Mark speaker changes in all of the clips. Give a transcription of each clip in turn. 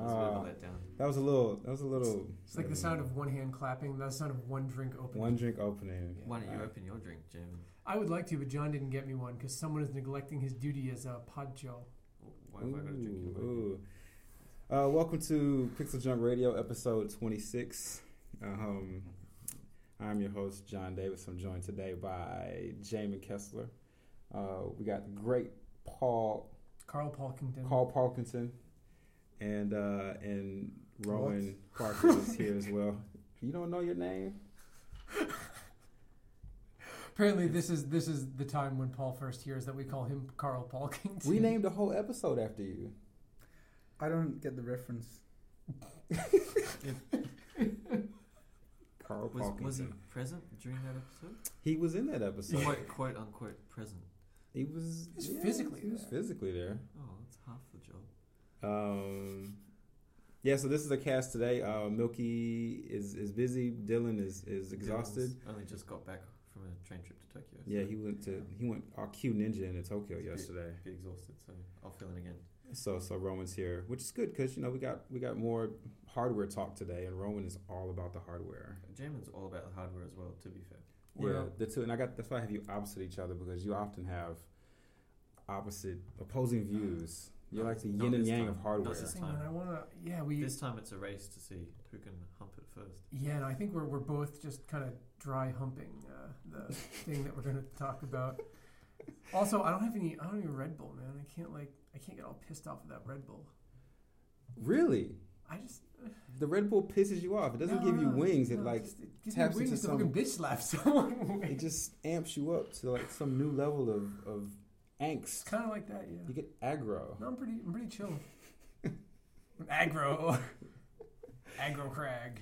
Speaker 1: Ah. That was a little. That was a little.
Speaker 2: It's like the sound of one hand clapping, the sound of one drink opening.
Speaker 1: One drink opening.
Speaker 3: Why don't you
Speaker 1: Wow.
Speaker 3: open your drink, Jim?
Speaker 2: I would like to, but John didn't get me one because someone is neglecting his duty as a pod Joe.
Speaker 3: Why have I got a drink in my
Speaker 1: Ooh, ooh. Uh, welcome to Pixel Junk Radio, episode 26. Um, I'm your host, John Davis. I'm joined today by Jamin Kessler. Uh, we got the great Paul,
Speaker 2: Carl Palkington.
Speaker 1: Carl Parkinson, and uh, and Rowan Parker is here as well. You don't know your name?
Speaker 2: Apparently, this is this is the time when Paul first hears that we call him Carl Palkington.
Speaker 1: We named the whole episode after you.
Speaker 4: I don't get the reference.
Speaker 1: Carl
Speaker 3: Was,
Speaker 1: Parkinson.
Speaker 3: was he present during that episode?
Speaker 1: he was in that episode.
Speaker 3: quote, quote unquote present.
Speaker 1: He was,
Speaker 2: He was physically
Speaker 1: He was
Speaker 2: there.
Speaker 1: physically there.
Speaker 3: Oh, that's half the job.
Speaker 1: Um, yeah, so this is a cast today. Uh, Milky is, is busy. Dylan is, is exhausted.
Speaker 3: Dylan's Only just got back from a train trip to Tokyo.
Speaker 1: Yeah,
Speaker 3: so
Speaker 1: he went to he went our Q Ninja into Tokyo
Speaker 3: It's a bit-
Speaker 1: yesterday.
Speaker 3: be exhausted, so I'll fill in again.
Speaker 1: So so Rowan's here, which is good because you know we got we got more hardware talk today, and Rowan is all about the hardware.
Speaker 3: Jamin's all about the hardware as well. To be fair,
Speaker 1: Yeah,
Speaker 2: Well-
Speaker 1: the two, and I got that's why I have you opposite each other because you often have opposite opposing views. You're like the
Speaker 3: Not
Speaker 1: yin and
Speaker 3: this
Speaker 1: yang
Speaker 3: time.
Speaker 1: of hardware.
Speaker 3: Not this
Speaker 2: Thing when I
Speaker 3: time.
Speaker 2: want to, yeah, we,
Speaker 3: This time it's a race to see who can hump it first.
Speaker 2: yeah, and I think we're we're both just kind of dry humping uh, the thing that we're going to talk about. Also, I don't have any, I don't have any Red Bull, man. I can't like, I can't get all pissed off without Red Bull.
Speaker 1: Really,
Speaker 2: I just
Speaker 1: the Red Bull pisses you off. It doesn't
Speaker 2: no,
Speaker 1: give you
Speaker 2: no,
Speaker 1: wings.
Speaker 2: no,
Speaker 1: it like
Speaker 2: just- it gives
Speaker 1: taps
Speaker 2: me wings
Speaker 1: into
Speaker 2: to fucking
Speaker 1: some-
Speaker 2: bitch slap someone.
Speaker 1: it just amps you up to like some new level of, of
Speaker 2: It's
Speaker 1: angst.
Speaker 2: kind of like that, yeah.
Speaker 1: You get aggro.
Speaker 2: No, I'm pretty, I'm pretty chill. I'm aggro, aggro crag.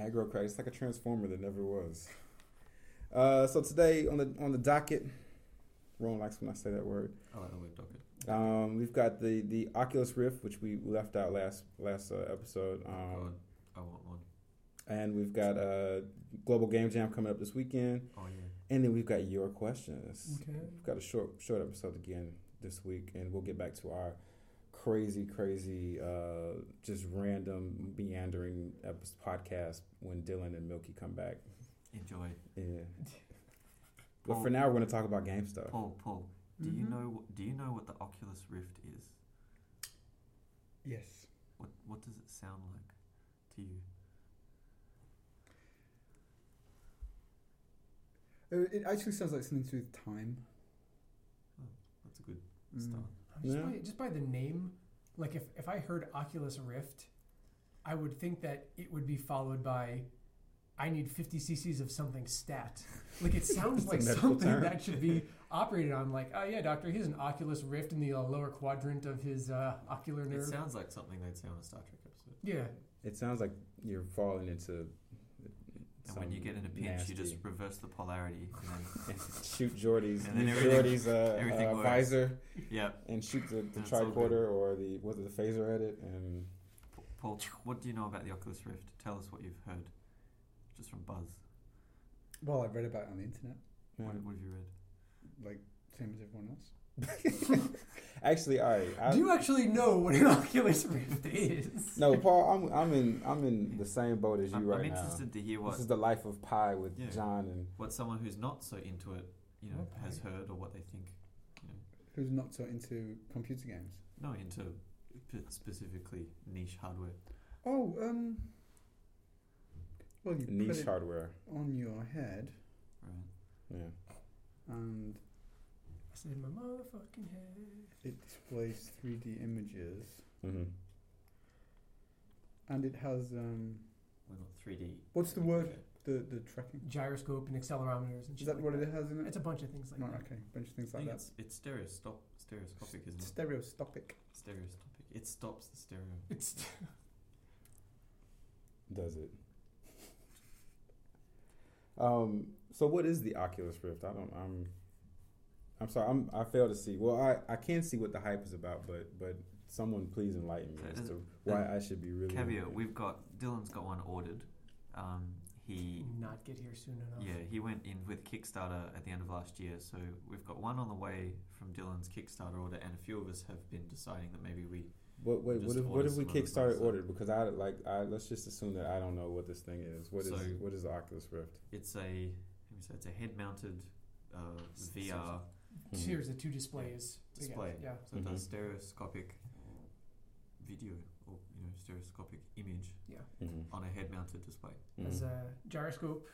Speaker 1: Aggro crack. It's like a transformer that never was. Uh, so today on the on the docket, Ron likes when I say that word.
Speaker 3: I like the word docket.
Speaker 1: Um, we've got the the Oculus Rift, which we left out last last uh, episode.
Speaker 3: Oh
Speaker 1: Um,
Speaker 3: God, I want one.
Speaker 1: and we've got uh, Global Game Jam coming up this weekend,
Speaker 3: Oh yeah.
Speaker 1: and then we've got your questions.
Speaker 2: Okay.
Speaker 1: We've got a short short episode again this week, and we'll get back to our crazy, crazy, uh, just random meandering episode, podcast when Dylan and Milky come back.
Speaker 3: Enjoy.
Speaker 1: Yeah. But
Speaker 3: Oh.
Speaker 1: for now, we're going to talk about game stuff.
Speaker 3: Paul, Paul, do you
Speaker 2: Mhm.
Speaker 4: Mm-hmm.
Speaker 3: know what, do you know what the Oculus Rift is?
Speaker 4: Yes.
Speaker 3: What what does it sound like to you?
Speaker 4: Oh, It actually sounds like something to do with time.
Speaker 3: That's a good
Speaker 4: Mm.
Speaker 3: start.
Speaker 2: Just,
Speaker 1: Yeah.
Speaker 2: by, just by the name, like if, if I heard Oculus Rift, I would think that it would be followed by, I need 50 cc's of something stat. Like it sounds
Speaker 1: It's a
Speaker 2: like
Speaker 1: medical
Speaker 2: something
Speaker 1: term.
Speaker 2: that should be operated on. Like, oh yeah, doctor, here's an Oculus Rift in the uh, lower quadrant of his uh, ocular
Speaker 3: It
Speaker 2: nerve.
Speaker 3: sounds like something they'd say on a Star Trek episode.
Speaker 2: yeah,
Speaker 1: It sounds like you're falling into.
Speaker 3: And when you get in a pinch, you just reverse the polarity. And
Speaker 1: just shoot Jordy's,
Speaker 3: And then
Speaker 1: use
Speaker 3: everything-
Speaker 1: Jordy's uh,
Speaker 3: everything
Speaker 1: uh,
Speaker 3: works.
Speaker 1: visor
Speaker 3: then, yeah,
Speaker 1: and shoot the, the
Speaker 3: That's all good.
Speaker 1: tricorder or the was it the phaser at it and
Speaker 3: P- Paul, what do you know about the Oculus Rift? Tell us what you've heard, just from Buzz.
Speaker 4: Well, I've read about it on the internet,
Speaker 1: yeah.
Speaker 3: What, what have you read?
Speaker 4: like same as everyone else.
Speaker 1: actually all right I,
Speaker 2: Do you actually know what an Oculus Rift is?
Speaker 1: no Paul I'm I'm in I'm in the same boat as you
Speaker 3: I'm,
Speaker 1: right
Speaker 3: I'm
Speaker 1: now
Speaker 3: interested to hear what
Speaker 1: this is the life of Pi with
Speaker 3: Yeah.
Speaker 1: John and
Speaker 3: what someone who's not so into it, you know,
Speaker 2: Okay.
Speaker 3: has heard or what they think, you know,
Speaker 4: Who's not so into computer games?
Speaker 3: no into p- specifically niche hardware.
Speaker 4: Oh, um. Well, you put
Speaker 1: niche
Speaker 4: it
Speaker 1: hardware
Speaker 4: on your head,
Speaker 3: Right.
Speaker 1: yeah
Speaker 4: and
Speaker 2: I said my motherfucking head.
Speaker 4: it displays 3D images,
Speaker 1: hmm
Speaker 4: and it has um
Speaker 3: We're not 3D.
Speaker 4: What's the word? the the tracking.
Speaker 2: Gyroscope and accelerometers and shit.
Speaker 4: Is that
Speaker 2: like
Speaker 4: what
Speaker 2: that.
Speaker 4: it has in it?
Speaker 2: It's a bunch of things like
Speaker 4: Right,
Speaker 2: that.
Speaker 4: okay, bunch of things
Speaker 3: I
Speaker 4: like
Speaker 3: think
Speaker 4: that.
Speaker 3: it's, it's stereostop, stereoscopic, isn't it?
Speaker 4: Stereoscopic.
Speaker 3: Stereoscopic. It stops the stereo.
Speaker 2: It's
Speaker 1: does it. Um, so what is the Oculus Rift? I don't. I'm. I'm sorry. I'm. I fail to see. Well, I, I can see what the hype is about, but but someone please enlighten me
Speaker 3: So it
Speaker 1: as to
Speaker 3: doesn't-
Speaker 1: why I should be really.
Speaker 3: Caveat, we've got, Dylan's got one ordered. Um, he
Speaker 2: not get here soon enough.
Speaker 3: Yeah, he went in with Kickstarter at the end of last year, so we've got one on the way from Dylan's Kickstarter order, and a few of us have been deciding that maybe we
Speaker 1: What wait? What
Speaker 3: Just
Speaker 1: if, what
Speaker 3: order
Speaker 1: if we
Speaker 3: some other
Speaker 1: Kickstarter
Speaker 3: things, uh,
Speaker 1: ordered? Because I like I let's just assume that I don't know what this thing is. What is
Speaker 3: So-
Speaker 1: what is the Oculus Rift?
Speaker 3: It's a let me say it's a head-mounted uh,
Speaker 2: S-
Speaker 3: VR.
Speaker 1: Mhm.
Speaker 2: Here's the two displays.
Speaker 3: Mm-hmm. Display.
Speaker 2: Together. Yeah.
Speaker 3: So it does
Speaker 1: Mhm.
Speaker 3: stereoscopic video or you know stereoscopic image
Speaker 1: Mhm.
Speaker 3: on a head-mounted display.
Speaker 2: As
Speaker 1: Mhm.
Speaker 2: a gyroscope,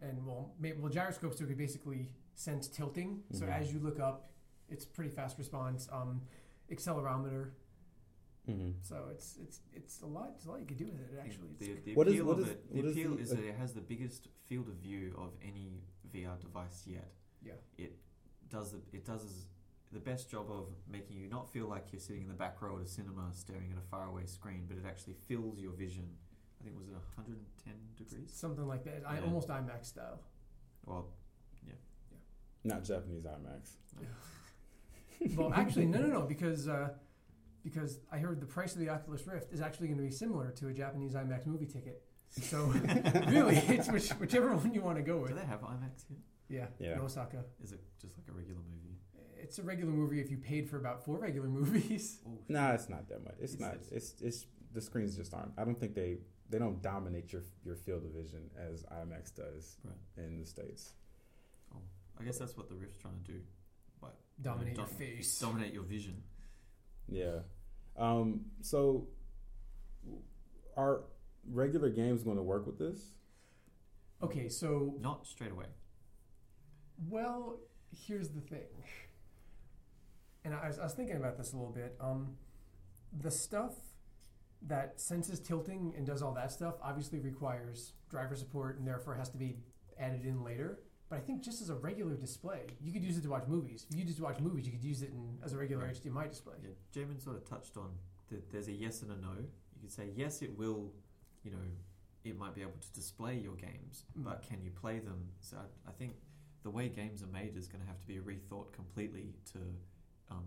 Speaker 2: and well, ma- well, gyroscopes so it could basically sense tilting. So
Speaker 1: Mhm.
Speaker 3: Mm-hmm.
Speaker 2: as you look up, it's pretty fast response. Um, accelerometer.
Speaker 1: Mhm.
Speaker 2: So it's it's it's a lot. It's a lot you could do with it. Actually, it's
Speaker 3: The, the
Speaker 1: What is-
Speaker 3: appeal
Speaker 1: what
Speaker 3: of
Speaker 1: is-
Speaker 3: it,
Speaker 1: what
Speaker 3: the
Speaker 1: is the-
Speaker 3: appeal is
Speaker 1: uh,
Speaker 3: that it has the biggest field of view of any VR device yet.
Speaker 2: Yeah.
Speaker 3: It does the, it does is- the best job of making you not feel like you're sitting in the back row at a cinema staring at a faraway screen, but it actually fills your vision. I think was it 110 degrees?
Speaker 2: something like that. I
Speaker 3: Yeah.
Speaker 2: almost IMAX style.
Speaker 3: Well,
Speaker 1: Not Japanese IMAX.
Speaker 2: well, actually, no, no, no, because uh, because I heard the price of the Oculus Rift is actually going to be similar to a Japanese IMAX movie ticket. So really, it's which, whichever one you want to
Speaker 1: Oh,
Speaker 2: go
Speaker 3: do
Speaker 2: with.
Speaker 3: they have IMAX here?
Speaker 2: Yeah,
Speaker 1: Yeah.
Speaker 2: in Osaka.
Speaker 3: Is it just like a regular movie?
Speaker 2: It's a regular movie if you paid for about four regular movies.
Speaker 3: Oh,
Speaker 1: Nah, it's not that much. It's,
Speaker 3: It's-
Speaker 1: not.
Speaker 3: it's-
Speaker 1: It's it's the screens just aren't. I don't think they they don't dominate your your field of vision as IMAX does
Speaker 3: Right.
Speaker 1: in the states.
Speaker 3: oh. I guess that's what the Rift's trying to do.
Speaker 2: Dominate your
Speaker 3: Dom-
Speaker 2: face.
Speaker 3: Dominate your vision.
Speaker 1: Yeah. Um, so are regular games going to work with this?
Speaker 2: Okay, so
Speaker 3: Not straight away.
Speaker 2: well, here's the thing. And I was, I was thinking about this a little bit. Um, the stuff that senses tilting and does all that stuff obviously requires driver support and therefore has to be added in later. But I think just as a regular display, you could use it to watch movies. If you just watch movies, you could use it in, as a regular
Speaker 3: Right.
Speaker 2: HDMI display.
Speaker 3: Yeah, Jamin sort of touched on that there's a yes and a no. You could say, yes, it will, you know, it might be able to display your games,
Speaker 2: Mm.
Speaker 3: but can you play them? So I, I think the way games are made is going to have to be rethought completely to, um,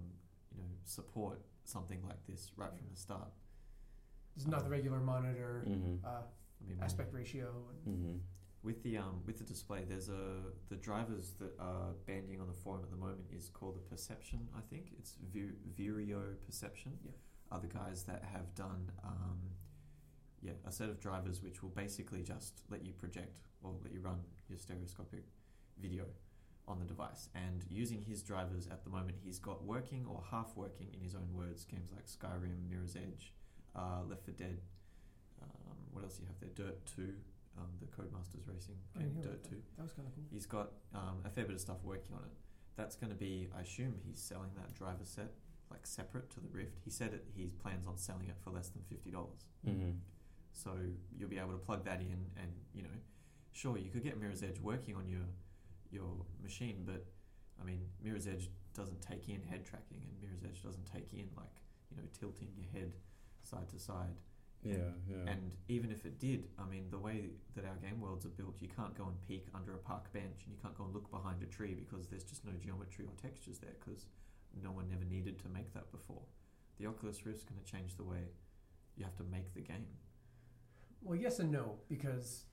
Speaker 3: you know, support something like this right from the start.
Speaker 2: It's not the regular monitor
Speaker 1: Mm-hmm.
Speaker 2: uh,
Speaker 3: I mean,
Speaker 2: aspect ratio. And,
Speaker 1: Mm-hmm.
Speaker 3: with the um, with the display, there's a the drivers that are banding on the forum at the moment is called the Perception. I think it's Vir- Vireo Perception.
Speaker 2: Yeah.
Speaker 3: Are the guys that have done um, yeah a set of drivers which will basically just let you project or let you run your stereoscopic video on the device. And using his drivers at the moment, he's got working or half working in his own words games like Skyrim, Mirror's Edge, uh, Left 4 Dead. Um, what else do you have there? Dirt 2, um, the Codemasters Racing
Speaker 2: I
Speaker 3: game,
Speaker 2: didn't hear
Speaker 3: Dirt
Speaker 2: about
Speaker 3: 2.
Speaker 2: that. That was kind of cool.
Speaker 3: He's got um, a fair bit of stuff working on it. That's going to be, I assume, he's selling that driver set like separate to the Rift. He said it, he plans on selling it for less than fifty dollars.
Speaker 1: Mm-hmm.
Speaker 3: So you'll be able to plug that in, and you know, sure, you could get Mirror's Edge working on your your machine, but I mean, Mirror's Edge doesn't take in head tracking, and Mirror's Edge doesn't take in like you know tilting your head side to side.
Speaker 1: Yeah, yeah.
Speaker 3: And even if it did, I mean, the way that our game worlds are built, you can't go and peek under a park bench and you can't go and look behind a tree because there's just no geometry or textures there because no one ever needed to make that before. The Oculus Rift's going to change the way you have to make the game.
Speaker 2: Well, yes and no, because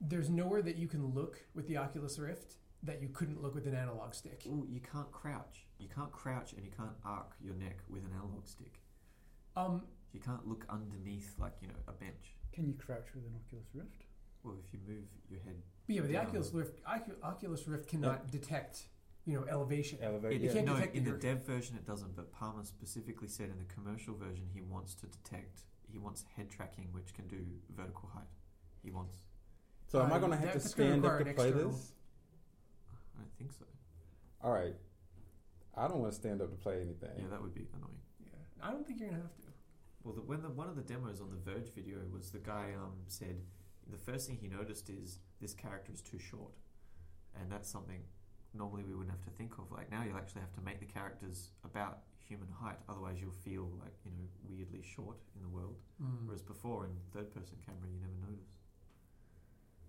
Speaker 2: there's nowhere that you can look with the Oculus Rift that you couldn't look with an analog stick.
Speaker 3: Ooh, you can't crouch. You can't crouch and you can't arc your neck with an analog stick.
Speaker 2: Um,
Speaker 3: You can't look underneath, like, you know, a bench.
Speaker 4: Can you crouch with an Oculus Rift?
Speaker 3: Well, if you move your head,
Speaker 2: but yeah, but the
Speaker 3: Yeah.
Speaker 2: Oculus Rift, Ocu- Oculus Rift cannot detect, you know, elevation.
Speaker 1: Elevate.
Speaker 3: it,
Speaker 2: You
Speaker 1: Yeah.
Speaker 2: can't
Speaker 3: no,
Speaker 2: detect
Speaker 3: in
Speaker 2: that
Speaker 3: the
Speaker 2: you're-
Speaker 3: dev version it doesn't. But Palmer specifically said in the commercial version he wants to detect. He wants head tracking, which can do vertical height. He wants.
Speaker 1: So am I
Speaker 2: Um,
Speaker 1: going to have to
Speaker 2: that's gonna
Speaker 1: stand up
Speaker 2: require
Speaker 1: to
Speaker 2: an
Speaker 1: play
Speaker 2: external-
Speaker 1: this?
Speaker 3: I don't think so.
Speaker 1: All right. I don't want to stand up to play anything.
Speaker 3: Yeah, that would be annoying.
Speaker 2: Yeah. I don't think you're gonna have to.
Speaker 3: Well, the, when the, one of the demos on the Verge video was the guy um, said the first thing he noticed is this character is too short, and that's something normally we wouldn't have to think of. Like now, you'll actually have to make the characters about human height, otherwise you'll feel like you know weirdly short in the world.
Speaker 2: Mm.
Speaker 3: Whereas before in third person camera, you never noticed.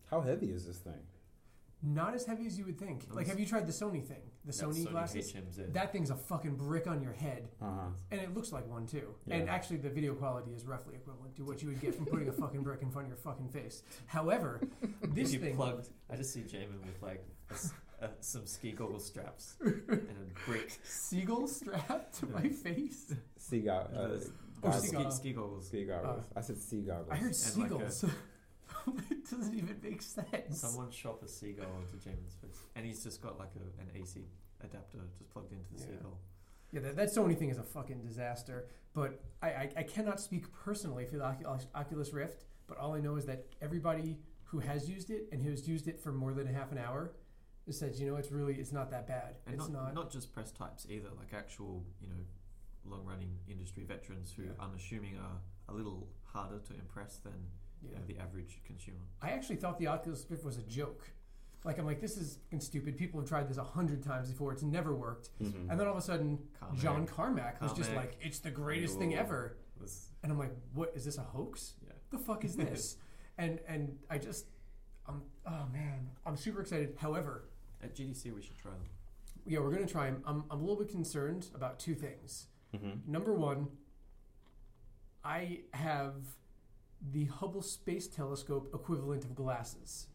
Speaker 1: How heavy is this thing?
Speaker 2: Not as heavy as you would think. Like, have you tried the Sony thing? The
Speaker 3: That's
Speaker 2: Sony glasses?
Speaker 3: HMZ.
Speaker 2: That thing's a fucking brick on your head,
Speaker 1: Uh huh.
Speaker 2: and it looks like one too. And
Speaker 1: Yeah.
Speaker 2: actually, the video quality is roughly equivalent to what you would get from putting a fucking brick in front of your fucking face. However, this
Speaker 3: If you
Speaker 2: thing
Speaker 3: plugged, I just see Jamin with like a, s- uh, some ski goggle straps and a brick.
Speaker 2: Seagull strapped to my face.
Speaker 1: Seagull.
Speaker 3: Uh,
Speaker 1: Uh,
Speaker 3: oh,
Speaker 1: goggles.
Speaker 3: ski,
Speaker 2: seagull.
Speaker 3: ski goggles.
Speaker 1: ski goggles. I said sea goggles.
Speaker 2: I heard
Speaker 3: like a-
Speaker 2: seagulls. it doesn't even make sense.
Speaker 3: Someone shot a seagull onto Jamin's face, and he's just got like a, an AC adapter just plugged into the
Speaker 2: Yeah.
Speaker 3: seagull.
Speaker 2: Yeah, that, that Sony thing is a fucking disaster. But I, I, I cannot speak personally for the Ocu- Oculus Rift, but all I know is that everybody who has used it and who's used it for more than a half an hour has said, you know, it's really, it's not that bad.
Speaker 3: And
Speaker 2: it's
Speaker 3: not,
Speaker 2: not.
Speaker 3: not just press types either, like actual you know long running industry veterans who
Speaker 2: Yeah.
Speaker 3: I'm assuming are a little harder to impress than you
Speaker 2: yeah.
Speaker 3: know, the average consumer.
Speaker 2: I actually thought the Oculus Rift was a joke. Like, I'm like, this is fucking stupid. People have tried this a hundred times before. It's never worked.
Speaker 1: Mhm.
Speaker 2: And then all of a sudden,
Speaker 3: Carmack
Speaker 2: John Carmack was just
Speaker 3: Carmack.
Speaker 2: like, it's the greatest thing
Speaker 3: Oh, Ooh.
Speaker 2: ever.
Speaker 3: was
Speaker 2: And I'm like, what is this a hoax?
Speaker 3: yeah.
Speaker 2: the fuck is this? and and I just I'm oh man, I'm super excited. However,
Speaker 3: At GDC we should try them.
Speaker 2: yeah, we're gonna try 'em. I'm I'm a little bit concerned about two things.
Speaker 1: Mhm.
Speaker 2: Number one, I have the Hubble Space Telescope equivalent of glasses.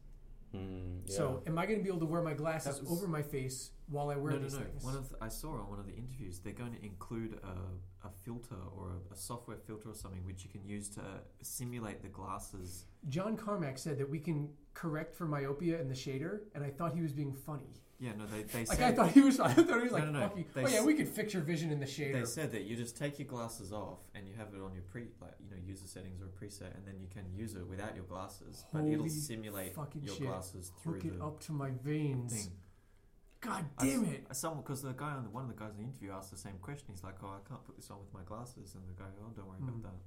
Speaker 1: Mm, yeah.
Speaker 2: So am I gonna be able to wear my glasses
Speaker 3: That was-
Speaker 2: over my face while I wear
Speaker 3: no,
Speaker 2: these
Speaker 3: no, no.
Speaker 2: things?
Speaker 3: One of the, I saw on one of the interviews they're going to include a, a filter or a, a software filter or something which you can use to simulate the glasses.
Speaker 2: John Carmack said that we can correct for myopia in the shader, and I thought he was being funny.
Speaker 3: Yeah, no, they they
Speaker 2: Like
Speaker 3: said
Speaker 2: I thought he was I thought he was
Speaker 3: No,
Speaker 2: like
Speaker 3: no, no.
Speaker 2: fucking
Speaker 3: They
Speaker 2: Oh yeah,
Speaker 3: s-
Speaker 2: we could fix your vision in the
Speaker 3: they
Speaker 2: shader.
Speaker 3: said that you just take your glasses off and you have it on your pre like you know user settings or a preset and then you can use it without your glasses, but it'll
Speaker 2: Holy
Speaker 3: simulate
Speaker 2: fucking
Speaker 3: your
Speaker 2: shit.
Speaker 3: glasses through
Speaker 2: Hook it
Speaker 3: the
Speaker 2: up to my veins.
Speaker 3: thing.
Speaker 2: God
Speaker 3: I
Speaker 2: damn
Speaker 3: s-
Speaker 2: it!
Speaker 3: I Someone, because the guy on the, one of the guys in the interview asked the same question. He's like, "Oh, I can't put this on with my glasses," and the guy, "Oh, don't worry
Speaker 2: Mm.
Speaker 3: about that."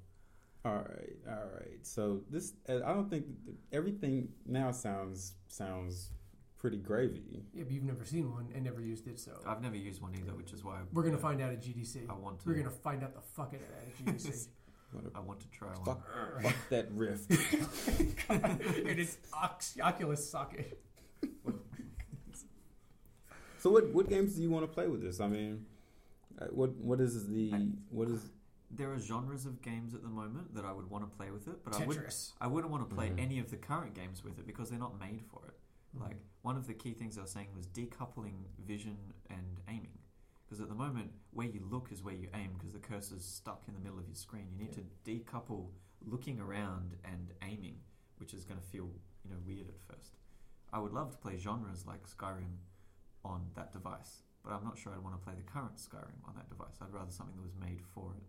Speaker 1: all right, all right. So this, uh, I don't think th- everything now sounds sounds pretty gravy.
Speaker 2: Yeah, but you've never seen one and never used it, so
Speaker 3: I've never used one either, which is why
Speaker 2: we're gonna
Speaker 3: I-
Speaker 2: find out at GDC.
Speaker 3: I want to.
Speaker 2: We're gonna find out the fuck out of that at GDC.
Speaker 3: I want to try one.
Speaker 1: Fuck, fuck that rift.
Speaker 2: it is Ox- Oculus socket.
Speaker 1: So what what games do you want to play with this? I mean, uh, what what is the
Speaker 3: I-
Speaker 1: what is
Speaker 3: There are genres of games at the moment that I would want to play with it, but I would
Speaker 2: Tetris.
Speaker 3: I wouldn't want to play
Speaker 1: Mhm.
Speaker 3: any of the current games with it because they're not made for it. Like one of the key things I was saying was decoupling vision and aiming, because at the moment where you look is where you aim because the cursor's stuck in the middle of your screen. You need to decouple looking around and aiming, which is going to feel you know weird at first. I would love to play genres like Skyrim on that device, but I'm not sure I'd want to play the current Skyrim on that device. I'd rather something that was made for it,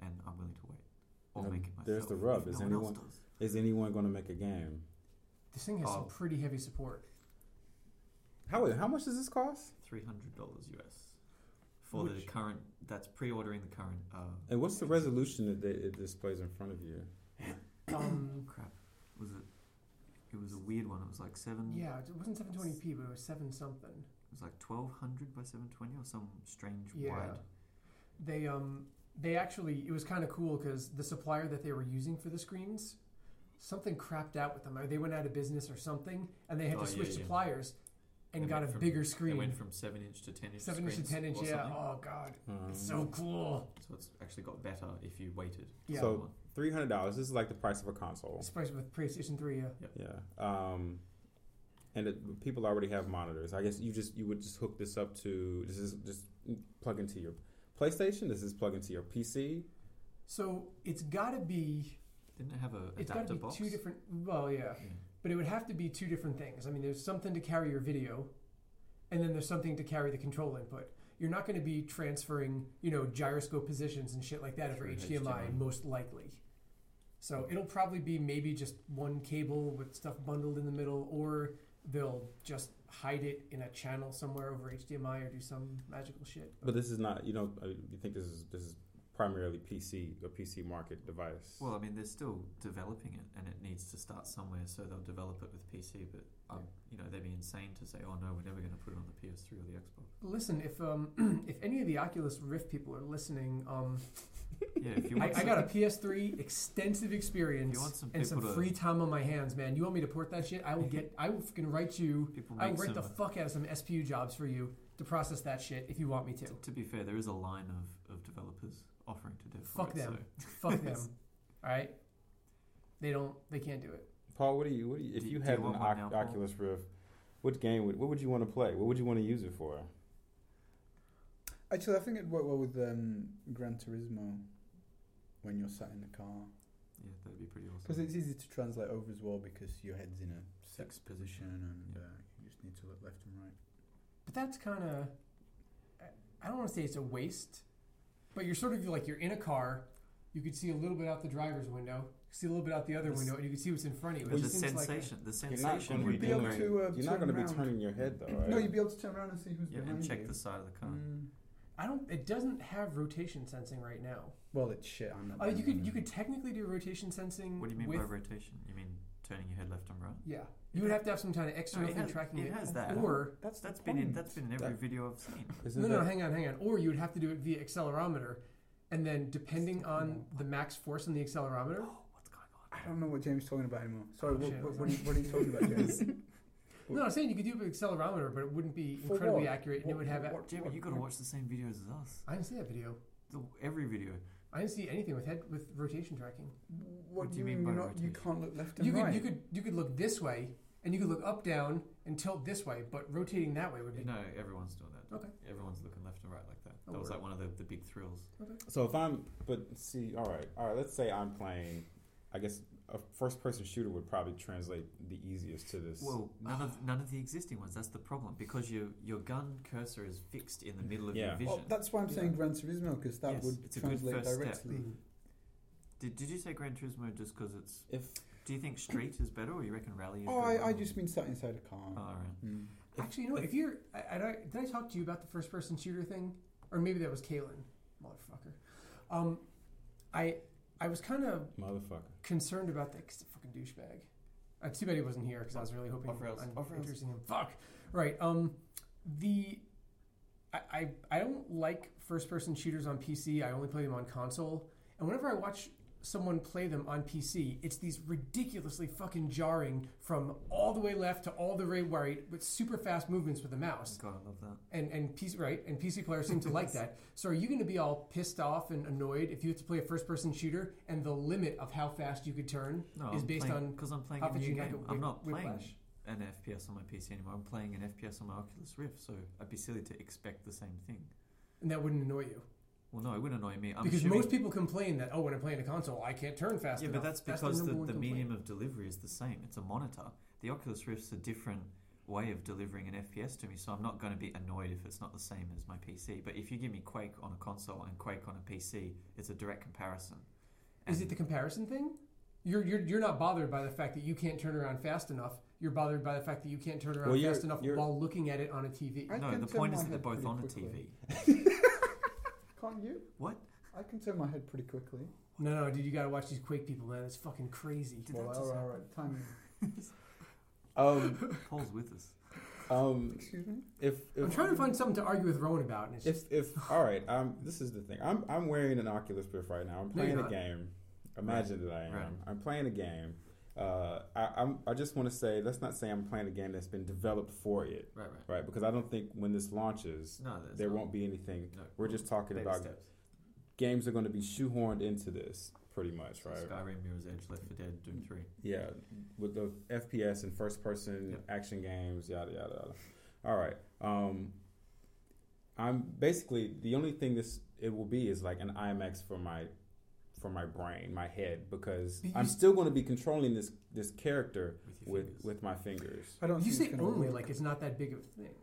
Speaker 3: and I'm willing to wait or
Speaker 1: Now,
Speaker 3: make it myself.
Speaker 1: there's the rub.
Speaker 3: if
Speaker 1: Is
Speaker 3: no one else
Speaker 1: anyone-
Speaker 3: does.
Speaker 1: is anyone going to make a game?
Speaker 2: This thing has
Speaker 3: Oh.
Speaker 2: some pretty heavy support.
Speaker 1: How how much does this cost?
Speaker 3: three hundred dollars US for the
Speaker 2: Which-
Speaker 3: current. That's pre-ordering the current. Uh,
Speaker 1: And what's the resolution that they, it displays in front of you?
Speaker 2: Um,
Speaker 3: crap. Was it? It was a weird one. It was like seven.
Speaker 2: yeah, it wasn't 720p, but it was seven something.
Speaker 3: It was like twelve hundred by seven twenty or some strange
Speaker 2: Yeah.
Speaker 3: wide.
Speaker 2: They um they actually it was kind of cool because the supplier that they were using for the screens, something crapped out with them. Or they went out of business or something, and they had
Speaker 3: Oh,
Speaker 2: to switch
Speaker 3: yeah, yeah.
Speaker 2: suppliers and
Speaker 3: They
Speaker 2: got a
Speaker 3: went from-
Speaker 2: bigger
Speaker 3: They
Speaker 2: screen,
Speaker 3: went from seven inch to ten inch.
Speaker 2: seven inch to
Speaker 3: screens
Speaker 2: ten inch.
Speaker 3: or
Speaker 2: Yeah.
Speaker 3: something.
Speaker 2: Oh god,
Speaker 1: Um,
Speaker 2: it's so cool.
Speaker 3: So it's actually got better if you waited.
Speaker 2: Yeah.
Speaker 1: So- three hundred dollars. This is like the price of a console.
Speaker 2: It's priced with PlayStation Three. Yeah.
Speaker 1: Yeah. Um, and it, people already have monitors. I guess you just you would just hook this up to this is just plug into your PlayStation. This is plug into your PC.
Speaker 2: So it's got to be
Speaker 3: didn't it have a
Speaker 2: it's got
Speaker 3: adapter
Speaker 2: to be
Speaker 3: box?
Speaker 2: two different. Well, yeah,
Speaker 3: Yeah.
Speaker 2: but it would have to be two different things. I mean, there's something to carry your video, and then there's something to carry the control input. You're not going to be transferring, you know, gyroscope positions and shit like that for
Speaker 3: Through
Speaker 2: HDMI,
Speaker 3: HDMI.
Speaker 2: most likely. So it'll probably be maybe just one cable with stuff bundled in the middle, or they'll just hide it in a channel somewhere over HDMI or do some magical shit.
Speaker 1: But this is not. You know. uh, You think this is this is primarily PC a PC market device.
Speaker 3: Well, I mean, they're still developing it, and it needs to start somewhere. So they'll develop it with PC, but um, you know, they'd be insane to say, "Oh no, we're never going to put it on the PS3 or the Xbox."
Speaker 2: Listen, if um, if any of the Oculus Rift people are listening, um,
Speaker 3: Yeah, if you
Speaker 2: I,
Speaker 3: want
Speaker 2: I got a PS3 extensive experience
Speaker 3: If you want some
Speaker 2: and some
Speaker 3: people to-
Speaker 2: free time on my hands, man. You want me to port that shit? I will get. I will fucking write you.
Speaker 3: People
Speaker 2: I will
Speaker 3: make
Speaker 2: write the
Speaker 3: some-
Speaker 2: fuck out of some SPU jobs for you to process that shit if you want me to.
Speaker 3: t- to be fair, there is a line of, of developers offering to do it for
Speaker 2: Fuck
Speaker 3: it,
Speaker 2: them.
Speaker 3: So
Speaker 2: fuck them. All right. They don't. They can't do it.
Speaker 1: Paul, what do you what do you, if
Speaker 3: Do-
Speaker 1: you
Speaker 3: do
Speaker 1: had
Speaker 3: you
Speaker 1: an
Speaker 3: want one
Speaker 1: Oc-
Speaker 3: now, Paul?
Speaker 1: Oculus Rift, What game would what would you want to play? What would you want to use it for?
Speaker 4: Actually, I think it'd work well with um, Gran Turismo when you're sat in the car
Speaker 3: Yeah, that'd be pretty awesome.
Speaker 4: because it's easy to translate over as well because your head's in a
Speaker 3: Fixed
Speaker 4: fixed
Speaker 3: position.
Speaker 4: position and
Speaker 3: Yeah.
Speaker 4: uh, you just need to look left and right.
Speaker 2: But that's kind of, I don't want to say it's a waste, but you're sort of like you're in a car. You could see a little bit out the driver's window, see a little bit out the other
Speaker 3: This-
Speaker 2: window, and you can see what's in front of you.
Speaker 3: But
Speaker 2: It
Speaker 3: the
Speaker 2: just seems like a-
Speaker 3: sensation, the
Speaker 1: You're not
Speaker 3: sensation
Speaker 1: going to
Speaker 4: would
Speaker 1: be
Speaker 4: be
Speaker 1: doing,
Speaker 4: able to, uh,
Speaker 1: You're not
Speaker 4: turn
Speaker 1: going to be
Speaker 4: around.
Speaker 1: turning your head though, right?
Speaker 4: No, you'd be able to turn around and see who's
Speaker 3: Yeah,
Speaker 4: behind
Speaker 3: and check
Speaker 4: you.
Speaker 3: the side of the car.
Speaker 4: Mm.
Speaker 2: I don't. It doesn't have rotation sensing right now.
Speaker 4: Well, it's shit. I'm not.
Speaker 2: Uh, you
Speaker 4: doing
Speaker 2: could
Speaker 4: that.
Speaker 2: you could technically do rotation sensing.
Speaker 3: What do you mean
Speaker 2: with,
Speaker 3: by rotation? You mean turning your head left and right?
Speaker 2: Yeah, you would have to have some kind of external
Speaker 3: it
Speaker 2: thing
Speaker 3: has-
Speaker 2: tracking
Speaker 3: it
Speaker 2: it.
Speaker 3: has that.
Speaker 2: Or
Speaker 4: That's
Speaker 3: That's
Speaker 4: the
Speaker 3: been in,
Speaker 4: point.
Speaker 3: that's been in every
Speaker 1: That-
Speaker 3: video I've seen.
Speaker 1: Isn't
Speaker 2: no, no,
Speaker 1: that-
Speaker 2: hang on, hang on. Or you would have to do it via accelerometer, and then depending
Speaker 4: Stop
Speaker 2: on the max force on the accelerometer,
Speaker 3: Oh, what's going on?
Speaker 4: I don't know what James is talking about anymore. Sorry, what,
Speaker 2: Shit.
Speaker 4: what, what, are, you, what are you talking about, James?
Speaker 2: No, I'm saying you could do it with accelerometer, but it wouldn't be
Speaker 4: For
Speaker 2: incredibly
Speaker 4: what?
Speaker 2: accurate, and it
Speaker 4: What-
Speaker 2: would have.
Speaker 4: what-
Speaker 2: a-
Speaker 4: what-
Speaker 3: Jamie,
Speaker 4: what-
Speaker 3: you got to watch the same videos as us.
Speaker 2: I didn't see that video.
Speaker 3: The, every video.
Speaker 2: I didn't see anything with head with rotation tracking.
Speaker 4: What do you mean?
Speaker 3: by
Speaker 4: You're not, you
Speaker 3: rotation?
Speaker 4: can't look left and
Speaker 2: You could
Speaker 4: right.
Speaker 2: you could you could look this way, and you could look up down and tilt this way, but rotating that way would be.
Speaker 3: No, everyone's doing that.
Speaker 2: Okay.
Speaker 3: Everyone's looking left and right like that.
Speaker 2: Oh,
Speaker 3: that was
Speaker 2: word.
Speaker 3: like one of the, the big thrills.
Speaker 1: So if I'm, but see, all right, all right. Let's say I'm playing. I guess a first-person shooter would probably translate the easiest to this.
Speaker 3: Well, ah. none of none of the existing ones. That's the problem because your your gun cursor is fixed in the middle of
Speaker 1: Yeah.
Speaker 3: your
Speaker 1: Oh,
Speaker 3: vision.
Speaker 4: Well, that's why I'm
Speaker 2: Yeah.
Speaker 4: saying Gran Turismo because that
Speaker 3: Yes,
Speaker 4: would
Speaker 3: it's a good
Speaker 4: translate
Speaker 3: first step.
Speaker 4: directly.
Speaker 2: Mm.
Speaker 3: did, did you say Gran Turismo just because it's?
Speaker 1: if
Speaker 3: Do you think Street is better, or you reckon Rally? Is
Speaker 4: Oh,
Speaker 3: better?
Speaker 4: I, I just mean sat inside a car.
Speaker 3: Oh, all right.
Speaker 4: Mm.
Speaker 2: Actually, you know, what, if you're, I, I, don't- did I talk to you about the first person shooter thing, or maybe that was Kalen, motherfucker. Um, I I was kind of
Speaker 1: motherfucker.
Speaker 2: concerned about that 'cause the fucking douchebag. Uh, too bad he wasn't here because I was really hoping
Speaker 3: Off rails,
Speaker 2: on
Speaker 3: off rails.
Speaker 2: introducing him. Fuck. Right. Um, the I, I I don't like first person shooters on PC. I only play them on console. And whenever I watch someone play them on PC, it's these ridiculously fucking jarring from all the way left to all the way right with super fast movements with the mouse
Speaker 3: Oh, God, I love that.
Speaker 2: and and PC right and PC players seem to like that. So are you going to be all pissed off and annoyed if you have to play a first person shooter and the limit of how fast you could turn
Speaker 3: No,
Speaker 2: is
Speaker 3: I'm
Speaker 2: based
Speaker 3: playing,
Speaker 2: on
Speaker 3: because I'm playing
Speaker 2: how
Speaker 3: a
Speaker 2: fast you
Speaker 3: new
Speaker 2: can
Speaker 3: game.
Speaker 2: get
Speaker 3: I'm
Speaker 2: whip-
Speaker 3: not playing
Speaker 2: whiplash?
Speaker 3: an FPS on my PC anymore. I'm playing an FPS on my Oculus Rift, so I'd be silly to expect the same thing.
Speaker 2: and that wouldn't annoy you
Speaker 3: Well, no, it would annoy me. I'm
Speaker 2: because
Speaker 3: assuming-
Speaker 2: most people complain that oh when I'm playing a console I can't turn fast
Speaker 3: Yeah,
Speaker 2: enough.
Speaker 3: but that's
Speaker 2: the
Speaker 3: because the,
Speaker 2: number
Speaker 3: the,
Speaker 2: one complaint.
Speaker 3: medium of delivery is the same. It's a monitor. The Oculus Rift's a different way of delivering an FPS to me, so I'm not going to be annoyed if it's not the same as my PC. But if you give me Quake on a console and Quake on a PC, it's a direct comparison.
Speaker 2: is it the comparison thing? You're, you're, you're not bothered by the fact that you can't turn around fast enough. You're bothered by the fact that you can't turn around
Speaker 1: Well, you're-
Speaker 2: fast enough
Speaker 1: you're-
Speaker 2: while looking at it on a TV.
Speaker 4: I
Speaker 3: no,
Speaker 4: can
Speaker 3: the
Speaker 4: turn
Speaker 3: point
Speaker 4: my
Speaker 3: is that they're
Speaker 4: head
Speaker 3: both
Speaker 4: pretty
Speaker 3: on a TV.
Speaker 4: quickly. Can't you?
Speaker 3: What?
Speaker 4: I can turn my head pretty quickly.
Speaker 2: No, no, dude, you got to watch these Quake people, man. It's fucking crazy.
Speaker 3: Did
Speaker 4: well,
Speaker 3: that
Speaker 4: all
Speaker 3: just
Speaker 4: right, all right. Time.
Speaker 1: Um,
Speaker 3: Paul's with us.
Speaker 1: um,
Speaker 4: Excuse me.
Speaker 1: if, if
Speaker 2: I'm trying to find something to argue with Rowan about. And it's
Speaker 1: If if all right, um, this is the thing. I'm I'm wearing an Oculus Rift right now. I'm
Speaker 2: No, you're
Speaker 1: playing a
Speaker 2: not.
Speaker 1: game. Imagine that I am.
Speaker 3: Right.
Speaker 1: I'm playing a game. Uh, I I'm, I just want to say let's not say I'm playing a game that's been developed for it,
Speaker 3: Right, right.
Speaker 1: right? Because I don't think when this launches,
Speaker 3: No, that's
Speaker 1: there
Speaker 3: not-
Speaker 1: won't be anything.
Speaker 3: No,
Speaker 1: We're just talking
Speaker 3: baby
Speaker 1: about
Speaker 3: steps.
Speaker 1: games are going to be shoehorned into this, pretty much,
Speaker 3: So
Speaker 1: right?
Speaker 3: Skyrim, Mirror's Edge, Left 4 Dead, Doom
Speaker 2: Mm.
Speaker 3: 3.
Speaker 1: Yeah, with the FPS and first person
Speaker 3: Yep.
Speaker 1: action games, yada yada yada. All right. Um, I'm basically the only thing this it will be is like an IMAX for my for my brain, my head, because
Speaker 2: But you-
Speaker 1: I'm still going to be controlling this this character
Speaker 3: With your
Speaker 1: with
Speaker 3: fingers.
Speaker 1: with my fingers.
Speaker 4: I don't.
Speaker 2: You
Speaker 4: think
Speaker 2: say
Speaker 4: it's gonna
Speaker 2: only
Speaker 4: work.
Speaker 2: like it's not that big of a thing.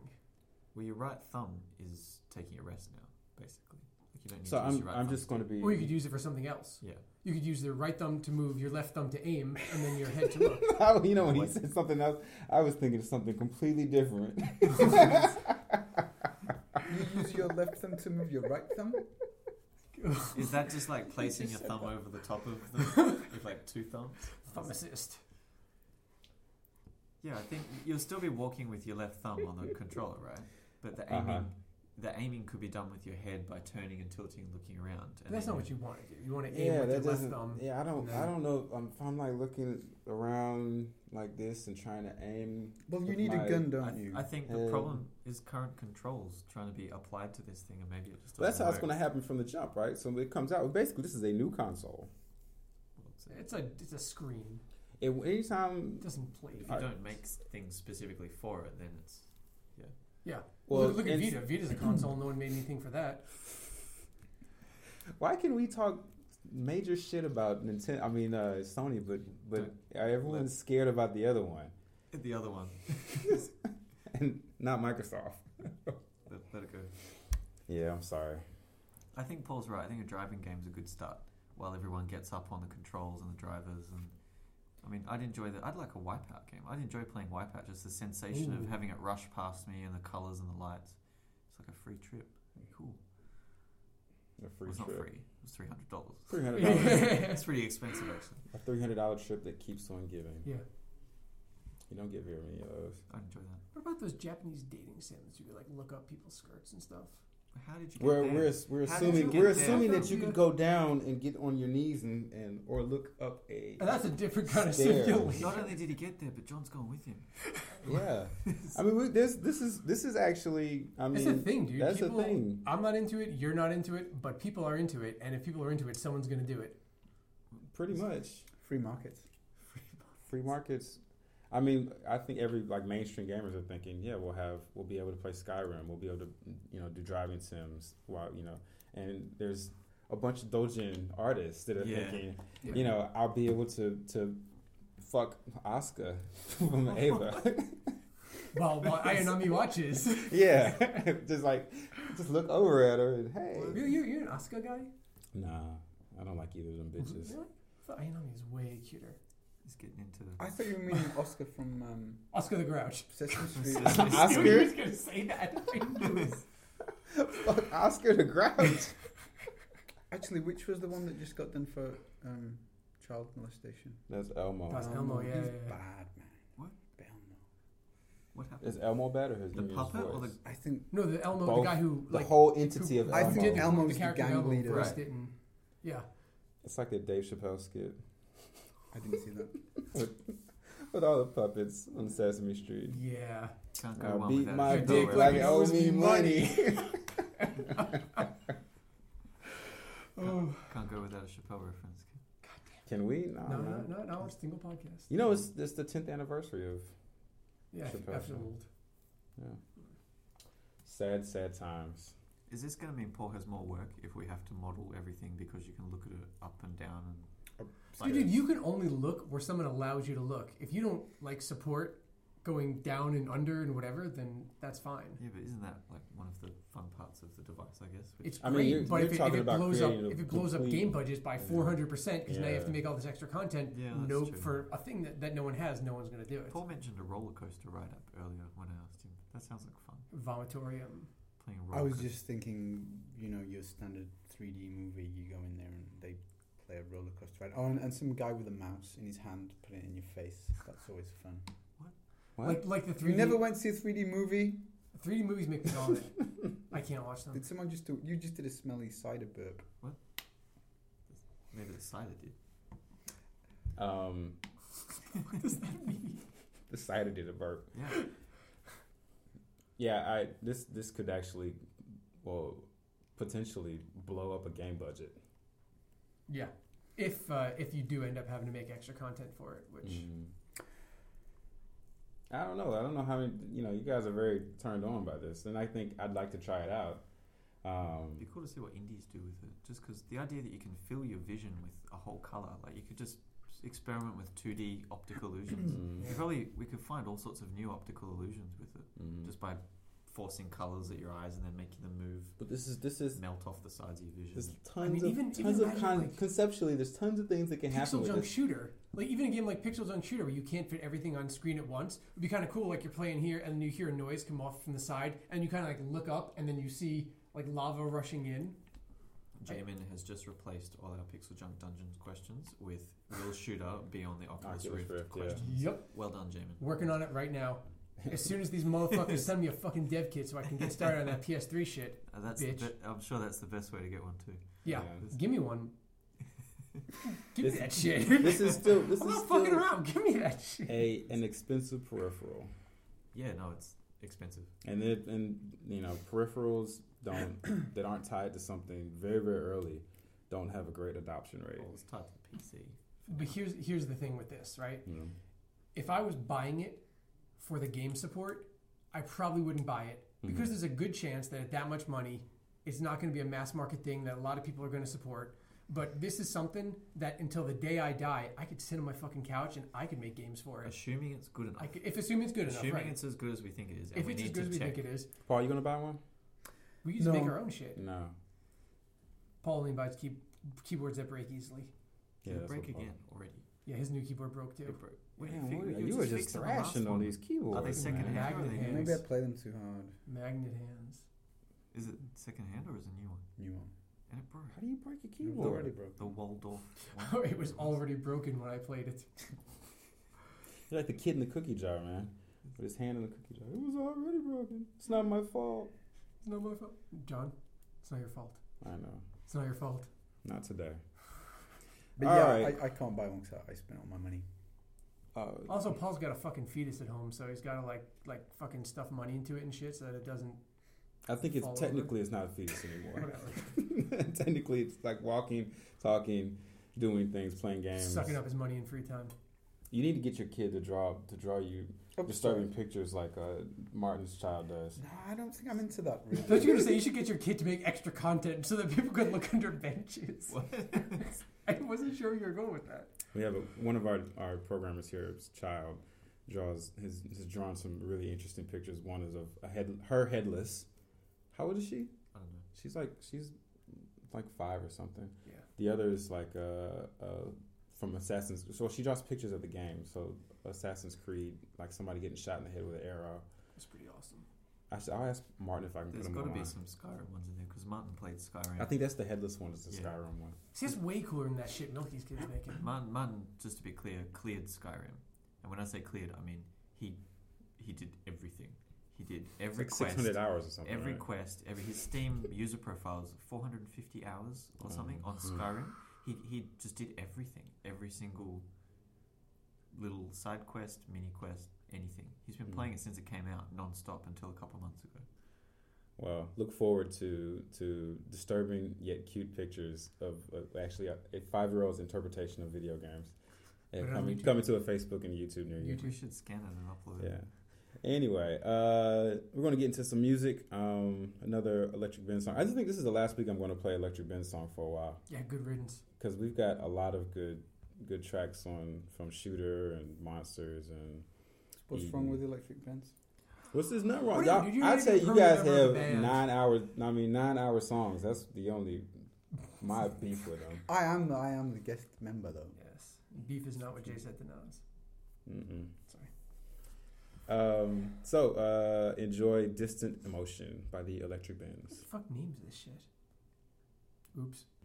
Speaker 3: Well, your right thumb is taking a rest now, basically. Like you don't need
Speaker 1: So
Speaker 3: to use
Speaker 1: I'm
Speaker 3: your right
Speaker 1: I'm
Speaker 3: thumb.
Speaker 1: just going to be.
Speaker 2: Or you could use it for something else.
Speaker 3: Yeah.
Speaker 2: You could use your right thumb to move, your left thumb to aim, and then your head to look.
Speaker 1: you know when he
Speaker 3: What?
Speaker 1: said something else, I was thinking of something completely different.
Speaker 4: You use your left thumb to move your right thumb.
Speaker 3: Is that just like placing a thumb over the top of the with like two thumbs?
Speaker 2: Thumb assist.
Speaker 3: Yeah, I think you'll still be walking with your left thumb on the controller, right? But the
Speaker 1: Uh-huh.
Speaker 3: aiming, the aiming could be done with your head by turning and tilting and looking around.
Speaker 2: But
Speaker 3: And
Speaker 2: that's
Speaker 3: then
Speaker 2: not what you want to do. You want to aim with your left thumb.
Speaker 1: Yeah, I don't.
Speaker 2: No.
Speaker 1: I don't know. If I'm, if I'm like looking around like this and trying to aim.
Speaker 4: Well, you
Speaker 1: with
Speaker 4: need
Speaker 1: my-
Speaker 4: a gun,
Speaker 3: I,
Speaker 4: don't
Speaker 3: th-
Speaker 4: you?
Speaker 3: I think the
Speaker 1: Um,
Speaker 3: problem is current controls trying to be applied to this thing, and maybe it just.
Speaker 1: Well, that's how it's
Speaker 3: doesn't
Speaker 1: going to
Speaker 3: work.
Speaker 1: happen from the jump, right? So it comes out. Basically, this is a new console.
Speaker 3: Well, it's a-
Speaker 2: It's a it's a screen.
Speaker 1: It, anytime,
Speaker 2: It doesn't play.
Speaker 3: If you
Speaker 1: Alright.
Speaker 3: don't make s- things specifically for it, then it's
Speaker 1: well,
Speaker 2: look, look at
Speaker 1: and-
Speaker 2: Vita. Vita's a console. No one made anything for that.
Speaker 1: Why can we talk major shit about Nintendo? I mean, uh, Sony, but but everyone's scared about the other one,
Speaker 3: the other one.
Speaker 1: and not Microsoft.
Speaker 3: Let, let it go.
Speaker 1: Yeah, I'm sorry.
Speaker 3: I think Paul's right. I think a driving game's a good start while everyone gets up on the controls and the drivers. And I mean, I'd enjoy that. I'd like a Wipeout game. I'd enjoy playing Wipeout. Just the sensation
Speaker 2: Ooh.
Speaker 3: of having it rush past me and the colors and the lights. It's like a free trip. Cool.
Speaker 1: A
Speaker 3: Well,
Speaker 1: free
Speaker 3: it's not
Speaker 1: trip,
Speaker 3: free. It was three hundred dollars.
Speaker 1: three hundred dollars,
Speaker 3: it's
Speaker 2: yeah.
Speaker 3: pretty expensive actually.
Speaker 1: a three hundred dollar trip that keeps on giving. You don't get very many of those.
Speaker 3: I'd enjoy that.
Speaker 2: What about those Japanese dating sims? You could like look up people's skirts and stuff.
Speaker 3: How did you? Get
Speaker 1: We're
Speaker 3: there?
Speaker 1: we're we're
Speaker 3: How did
Speaker 1: assuming
Speaker 3: you
Speaker 1: we're
Speaker 3: get there?
Speaker 1: assuming that you could go down and get on your knees and, and or look up a
Speaker 2: And that's a different kind of
Speaker 1: Stairs.
Speaker 2: simulation.
Speaker 3: Not only did he get there, but John's gone with him.
Speaker 1: yeah. I mean, we, this this is this is actually I
Speaker 2: It's a
Speaker 1: mean
Speaker 2: thing, dude.
Speaker 1: that's the
Speaker 2: people,
Speaker 1: thing.
Speaker 2: I'm not into it. You're not into it. But people are into it. And if people are into it, someone's going to do it.
Speaker 1: pretty much
Speaker 4: Free markets.
Speaker 1: free markets. I mean, I think every like mainstream gamers are thinking, yeah, we'll have we'll be able to play Skyrim, we'll be able to you know do driving sims while you know, and there's a bunch of doujin artists that are
Speaker 3: Yeah.
Speaker 1: thinking,
Speaker 2: Yeah.
Speaker 1: you know, I'll be able to to fuck Oscar from Ava.
Speaker 2: While while Ayanami E watches,
Speaker 1: yeah, just like just look over at her and hey,
Speaker 2: you you you're an Asuka guy.
Speaker 1: nah, I don't like either of them bitches.
Speaker 2: Really? I thought Ayanami is E way cuter.
Speaker 3: He's getting into.
Speaker 4: I thought you were meaning Oscar from um,
Speaker 2: Oscar the Grouch.
Speaker 4: Sesame Street.
Speaker 1: Oscar?
Speaker 2: You was gonna say that. I knew it.
Speaker 1: Fuck Oscar the Grouch.
Speaker 4: Actually, which was the one that just got done for um, child molestation?
Speaker 1: That's Elmo.
Speaker 2: That's Elmo, yeah,
Speaker 4: He's
Speaker 2: yeah, yeah.
Speaker 4: bad man.
Speaker 3: What?
Speaker 4: Elmo.
Speaker 3: What happened?
Speaker 1: Is Elmo bad or his
Speaker 3: the
Speaker 1: his
Speaker 3: puppet or the?
Speaker 1: voice?
Speaker 4: I think
Speaker 2: No, the Elmo,
Speaker 1: Both.
Speaker 2: the guy who
Speaker 1: the
Speaker 2: like
Speaker 1: whole entity of
Speaker 2: who-
Speaker 4: I
Speaker 1: Elmo.
Speaker 4: think did Elmo was the
Speaker 2: character
Speaker 4: gang
Speaker 2: Elmo
Speaker 4: leader.
Speaker 2: voiced
Speaker 3: Right.
Speaker 2: it and- yeah,
Speaker 1: It's like a Dave Chappelle skit
Speaker 4: I didn't see that.
Speaker 1: with all the puppets on Sesame Street.
Speaker 2: yeah.
Speaker 3: Can't go
Speaker 1: I
Speaker 3: one
Speaker 1: beat
Speaker 3: without
Speaker 1: my
Speaker 3: a
Speaker 2: dick
Speaker 1: dick
Speaker 3: dollar.
Speaker 2: like
Speaker 1: like
Speaker 2: it
Speaker 1: it owes
Speaker 2: owes
Speaker 1: me
Speaker 2: me
Speaker 1: money.
Speaker 2: Oh
Speaker 3: Can't go without a Chappelle reference.
Speaker 1: Can we? No,
Speaker 2: no,
Speaker 1: no,
Speaker 2: no, no, no! It's Tingle Podcast.
Speaker 1: You know, it's it's the tenth anniversary of.
Speaker 2: yeah,
Speaker 1: Chappelle
Speaker 2: after
Speaker 1: show.
Speaker 2: old.
Speaker 1: Yeah. Sad, sad times.
Speaker 3: Is this going to mean Paul has more work if we have to model everything because you can look at it up and down and
Speaker 2: Dude, dude, you can only look where someone allows you to look. If you don't like support going down and under and whatever, then that's fine.
Speaker 3: yeah, but isn't that like one of the fun parts of the device? I guess. Which
Speaker 2: It's
Speaker 1: I mean,
Speaker 2: great,
Speaker 1: you're-
Speaker 2: but
Speaker 1: you're
Speaker 2: if, it, if
Speaker 1: talking
Speaker 2: it
Speaker 1: about
Speaker 2: blows up,
Speaker 1: creating a
Speaker 2: if it blows up
Speaker 1: complete-
Speaker 2: game budgets by
Speaker 1: Yeah.
Speaker 2: four hundred percent, because now you have to
Speaker 1: Yeah.
Speaker 2: make all this extra content.
Speaker 3: Yeah, that's
Speaker 2: no,
Speaker 3: true.
Speaker 2: for a thing that, that no one has, no one's going to do it.
Speaker 3: Paul mentioned a roller coaster ride up earlier when I asked him. That sounds like fun.
Speaker 2: Vomitorium.
Speaker 3: Playing a roller.
Speaker 4: I was
Speaker 3: coaster.
Speaker 4: just thinking, you know, your standard 3D movie. You go in there and they play a roller coaster ride. Oh, and, and some guy with a mouse in his hand, put it in your face. That's always fun.
Speaker 1: What?
Speaker 2: Like like the
Speaker 4: You
Speaker 2: three D
Speaker 4: never went to see a 3D movie?
Speaker 2: 3D movies make me vomit. I can't watch them.
Speaker 4: Did someone just do? You just did a smelly cider burp.
Speaker 3: maybe the cider did.
Speaker 1: um,
Speaker 2: what does that mean?
Speaker 1: the cider did a burp.
Speaker 3: Yeah,
Speaker 1: Yeah, I this this could actually, well, potentially blow up a game budget.
Speaker 2: Yeah. If uh, if you do end up having to make extra content for it, which
Speaker 1: Mhm. I don't know. I don't know how many. You know, you guys are very turned on by this, and I think I'd like to try it out.
Speaker 3: it'd be
Speaker 1: Um,
Speaker 3: cool to see what indies do with it. Just because the idea that you can fill your vision with a whole color, like you could just experiment with 2D optical illusions.
Speaker 1: mm,
Speaker 3: You probably we could find all sorts of new optical illusions with it
Speaker 1: mm.
Speaker 3: just by forcing colors at your eyes and then making them move,
Speaker 1: but this is this is
Speaker 3: melt off the sides of your vision.
Speaker 1: there's
Speaker 2: I
Speaker 1: tons
Speaker 2: mean,
Speaker 1: of
Speaker 2: even-
Speaker 1: tons
Speaker 2: even
Speaker 1: of con-
Speaker 2: imagine, like-
Speaker 1: conceptually. There's tons of things that can happen
Speaker 2: Pixel
Speaker 1: with
Speaker 2: Junk
Speaker 1: this.
Speaker 2: Shooter, like even a game like Pixel Junk Shooter where you can't fit everything on screen at once, would be kind of cool. Like you're playing here and then you hear a noise come off from the side, and you kind of like look up and then you see like lava rushing in.
Speaker 3: Jamin has just replaced all our Pixel Junk Dungeons questions with Will Shooter be on the Oculus,
Speaker 1: Oculus
Speaker 3: Rift,
Speaker 1: Rift, yeah.
Speaker 3: questions.
Speaker 2: Yep,
Speaker 3: Well done, Jamin.
Speaker 2: working on it right now. As soon as these motherfuckers send me a fucking dev kit so I can get started on that PS3 shit,
Speaker 3: Uh, that's the
Speaker 2: Bitch.
Speaker 3: be- I'm sure that's the best way to get one too.
Speaker 2: yeah,
Speaker 1: Yeah.
Speaker 2: give me one. Give me
Speaker 1: This-
Speaker 2: that shit.
Speaker 1: this is still this
Speaker 2: I'm
Speaker 1: is
Speaker 2: not
Speaker 1: still
Speaker 2: fucking around. Give me that shit.
Speaker 1: a an expensive peripheral,
Speaker 3: Yeah, no, it's expensive.
Speaker 1: and it and you know peripherals don't that
Speaker 2: Oh,
Speaker 1: aren't tied to something very very early, don't have a great adoption rate.
Speaker 3: Well, it's tied to the PC
Speaker 2: But here's here's the thing with this, right?
Speaker 1: You know.
Speaker 2: If I was buying it for the game support, I probably wouldn't buy it
Speaker 3: Mm-hmm.
Speaker 2: because
Speaker 1: Mm-hmm.
Speaker 2: there's a good chance that at that much money, it's not going to be a mass market thing that a lot of people are going to support. But this is something that until the day I die, I could sit on my fucking couch and I could make games for it.
Speaker 3: Assuming it's good enough.
Speaker 2: I could, if assuming it's good enough,
Speaker 3: Assuming
Speaker 2: right?
Speaker 3: it's as good as we think it is. And
Speaker 2: if
Speaker 3: we
Speaker 2: it's
Speaker 3: need
Speaker 2: as good
Speaker 3: to
Speaker 2: as we
Speaker 3: check.
Speaker 2: think it is,
Speaker 1: Paul, you gonna buy one?
Speaker 2: we can just make
Speaker 4: No.
Speaker 2: our own shit.
Speaker 1: No.
Speaker 2: Paul only buys key, keyboards that break easily.
Speaker 1: Yeah,
Speaker 3: It'll
Speaker 1: that's
Speaker 3: break
Speaker 1: what Paul-
Speaker 3: again already.
Speaker 2: Yeah, his new keyboard broke
Speaker 3: It
Speaker 2: too.
Speaker 3: broke. We
Speaker 1: Damn,
Speaker 3: figured
Speaker 1: what-
Speaker 3: we
Speaker 1: you
Speaker 3: could
Speaker 1: were just
Speaker 3: fix it on the last
Speaker 1: thrashing on
Speaker 3: one.
Speaker 1: these keyboards.
Speaker 3: Are they second
Speaker 1: man.
Speaker 3: hand? Or are they
Speaker 2: Magnet
Speaker 3: new?
Speaker 4: Maybe I play them too hard.
Speaker 2: Magnet hands.
Speaker 3: Is it second hand or is it a new one?
Speaker 4: New one.
Speaker 3: And it broke.
Speaker 1: How do you break a
Speaker 4: You've
Speaker 1: keyboard?
Speaker 4: already broke.
Speaker 3: The Waldorf. one.
Speaker 2: Oh, it was already broken when I played it.
Speaker 1: You're like the kid in the cookie jar, man. With his hand in the cookie jar. It was already broken. It's not my fault.
Speaker 2: It's not my fault. John, it's not your fault.
Speaker 1: I know.
Speaker 2: It's not your fault.
Speaker 1: Not today.
Speaker 4: But
Speaker 1: All
Speaker 4: yeah,
Speaker 1: right.
Speaker 4: I, I can't buy one because I, I spent all my money.
Speaker 1: Oh,
Speaker 2: Also, Paul's got a fucking fetus at home, so he's got to like like fucking stuff money into it and shit, so that it doesn't.
Speaker 1: I think it's
Speaker 2: Fall over.
Speaker 1: technically it's not a fetus anymore.
Speaker 2: Whatever.
Speaker 1: technically, it's like walking, talking, doing things, playing games.
Speaker 2: Sucking up his money in free time.
Speaker 1: You need to get your kid to draw to draw you
Speaker 4: Oh,
Speaker 1: disturbing pictures like uh, Martin's child does.
Speaker 4: sorry. No, I don't think I'm into that really.
Speaker 2: Don't you gonna say you should get your kid to make extra content so that people could look under benches?
Speaker 3: What?
Speaker 2: I wasn't sure you were going with that.
Speaker 1: We have a, one of our, our programmers here's child draws has, has drawn some really interesting pictures. One is of a head her headless. How old is she?
Speaker 3: I don't know.
Speaker 1: She's like she's like five or something.
Speaker 2: Yeah.
Speaker 1: The other is like uh, uh, from Assassin's. So she draws pictures of the game. So Assassin's Creed, like somebody getting shot in the head with an arrow.
Speaker 2: It's pretty awesome.
Speaker 1: I should, I'll ask Martin if I can
Speaker 3: There's
Speaker 1: put them
Speaker 3: got to
Speaker 1: online.
Speaker 3: be some Skyrim ones in there because Martin played Skyrim.
Speaker 1: I think that's the headless one. It's the
Speaker 3: Yeah.
Speaker 1: Skyrim one.
Speaker 2: See, that's way cooler than that shit Milky's kid's making.
Speaker 3: Martin, Martin, just to be clear, cleared Skyrim, and when I say cleared, I mean he he did everything. He did
Speaker 1: It's
Speaker 3: every
Speaker 1: like six
Speaker 3: quest,
Speaker 1: hundred hours or something.
Speaker 3: every
Speaker 1: right?
Speaker 3: quest, every his Steam user profile is 450 hours or something on
Speaker 1: Mhm.
Speaker 3: Skyrim. He he just did everything, every single little side quest, mini quest, anything. He's been
Speaker 1: Mm.
Speaker 3: playing it since it came out non-stop until a couple months ago.
Speaker 1: Well, look forward to to disturbing yet cute pictures of uh, actually a, a five year old's interpretation of video games Uh,
Speaker 2: Put it on
Speaker 1: coming
Speaker 2: YouTube.
Speaker 1: coming to a Facebook and YouTube near you.
Speaker 3: We should scan it and upload
Speaker 1: Yeah.
Speaker 3: it.
Speaker 1: Anyway, uh, we're gonna get into some music. Um, another Electric Benz song. I just think this is the last week I'm gonna play Electric Benz song for a while
Speaker 2: Yeah, good riddance.
Speaker 1: because we've got a lot of good good tracks on from Shooter and Monsters and
Speaker 4: What's wrong with electric bands?
Speaker 1: What's this? Nothing wrong.
Speaker 2: What
Speaker 1: Y'all,
Speaker 2: did you
Speaker 1: I
Speaker 2: make
Speaker 1: say
Speaker 2: it
Speaker 1: you
Speaker 2: permanent
Speaker 1: guys
Speaker 2: member of
Speaker 1: have
Speaker 2: the band?
Speaker 1: nine hour. I mean, nine hour songs. That's the only my beef with them.
Speaker 4: I am the I am the guest member though.
Speaker 2: Yes. Beef is not what Jay said to Nas.
Speaker 1: Mm-mm.
Speaker 2: Sorry.
Speaker 1: Um, so uh, enjoy "Distant Emotion" by the Electric Bands.
Speaker 2: What the fuck names this shit? Oops.